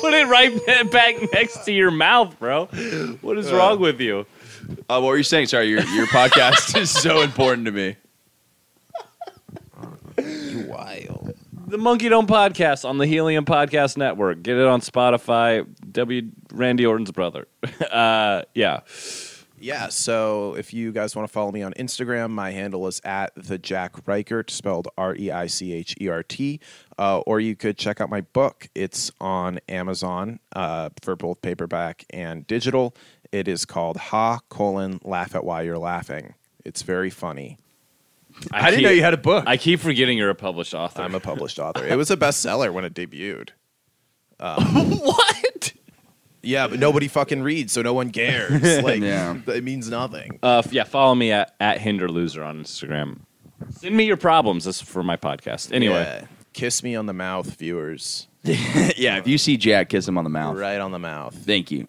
F: put it right back next to your mouth, bro. What is wrong with you?
D: Uh, what were you saying? Sorry, your your podcast is so important to me.
F: The Monkey Don't podcast on the Helium Podcast Network. Get it on Spotify. W Randy Orton's brother. Uh, yeah.
G: Yeah, so if you guys want to follow me on Instagram, my handle is at the Jack Reichert, spelled R E I C H E R T. Uh, or you could check out my book. It's on Amazon uh, for both paperback and digital. It is called Ha colon Laugh at Why You're Laughing. It's very funny. I, didn't
F: keep-
G: know you had a book.
F: I keep forgetting you're a published author.
G: I'm a published author. It was a bestseller when it debuted. Um,
F: what?
G: Yeah, but nobody fucking reads, so no one cares. Like,
D: Yeah.
G: it means nothing.
F: Uh, f- yeah, follow me at, at Hinder Loser on Instagram. Send me your problems. This is for my podcast. Anyway,
G: Yeah. kiss me on the mouth, viewers.
D: yeah, if you see Jack, kiss him on the mouth.
G: Right on the mouth.
D: Thank you.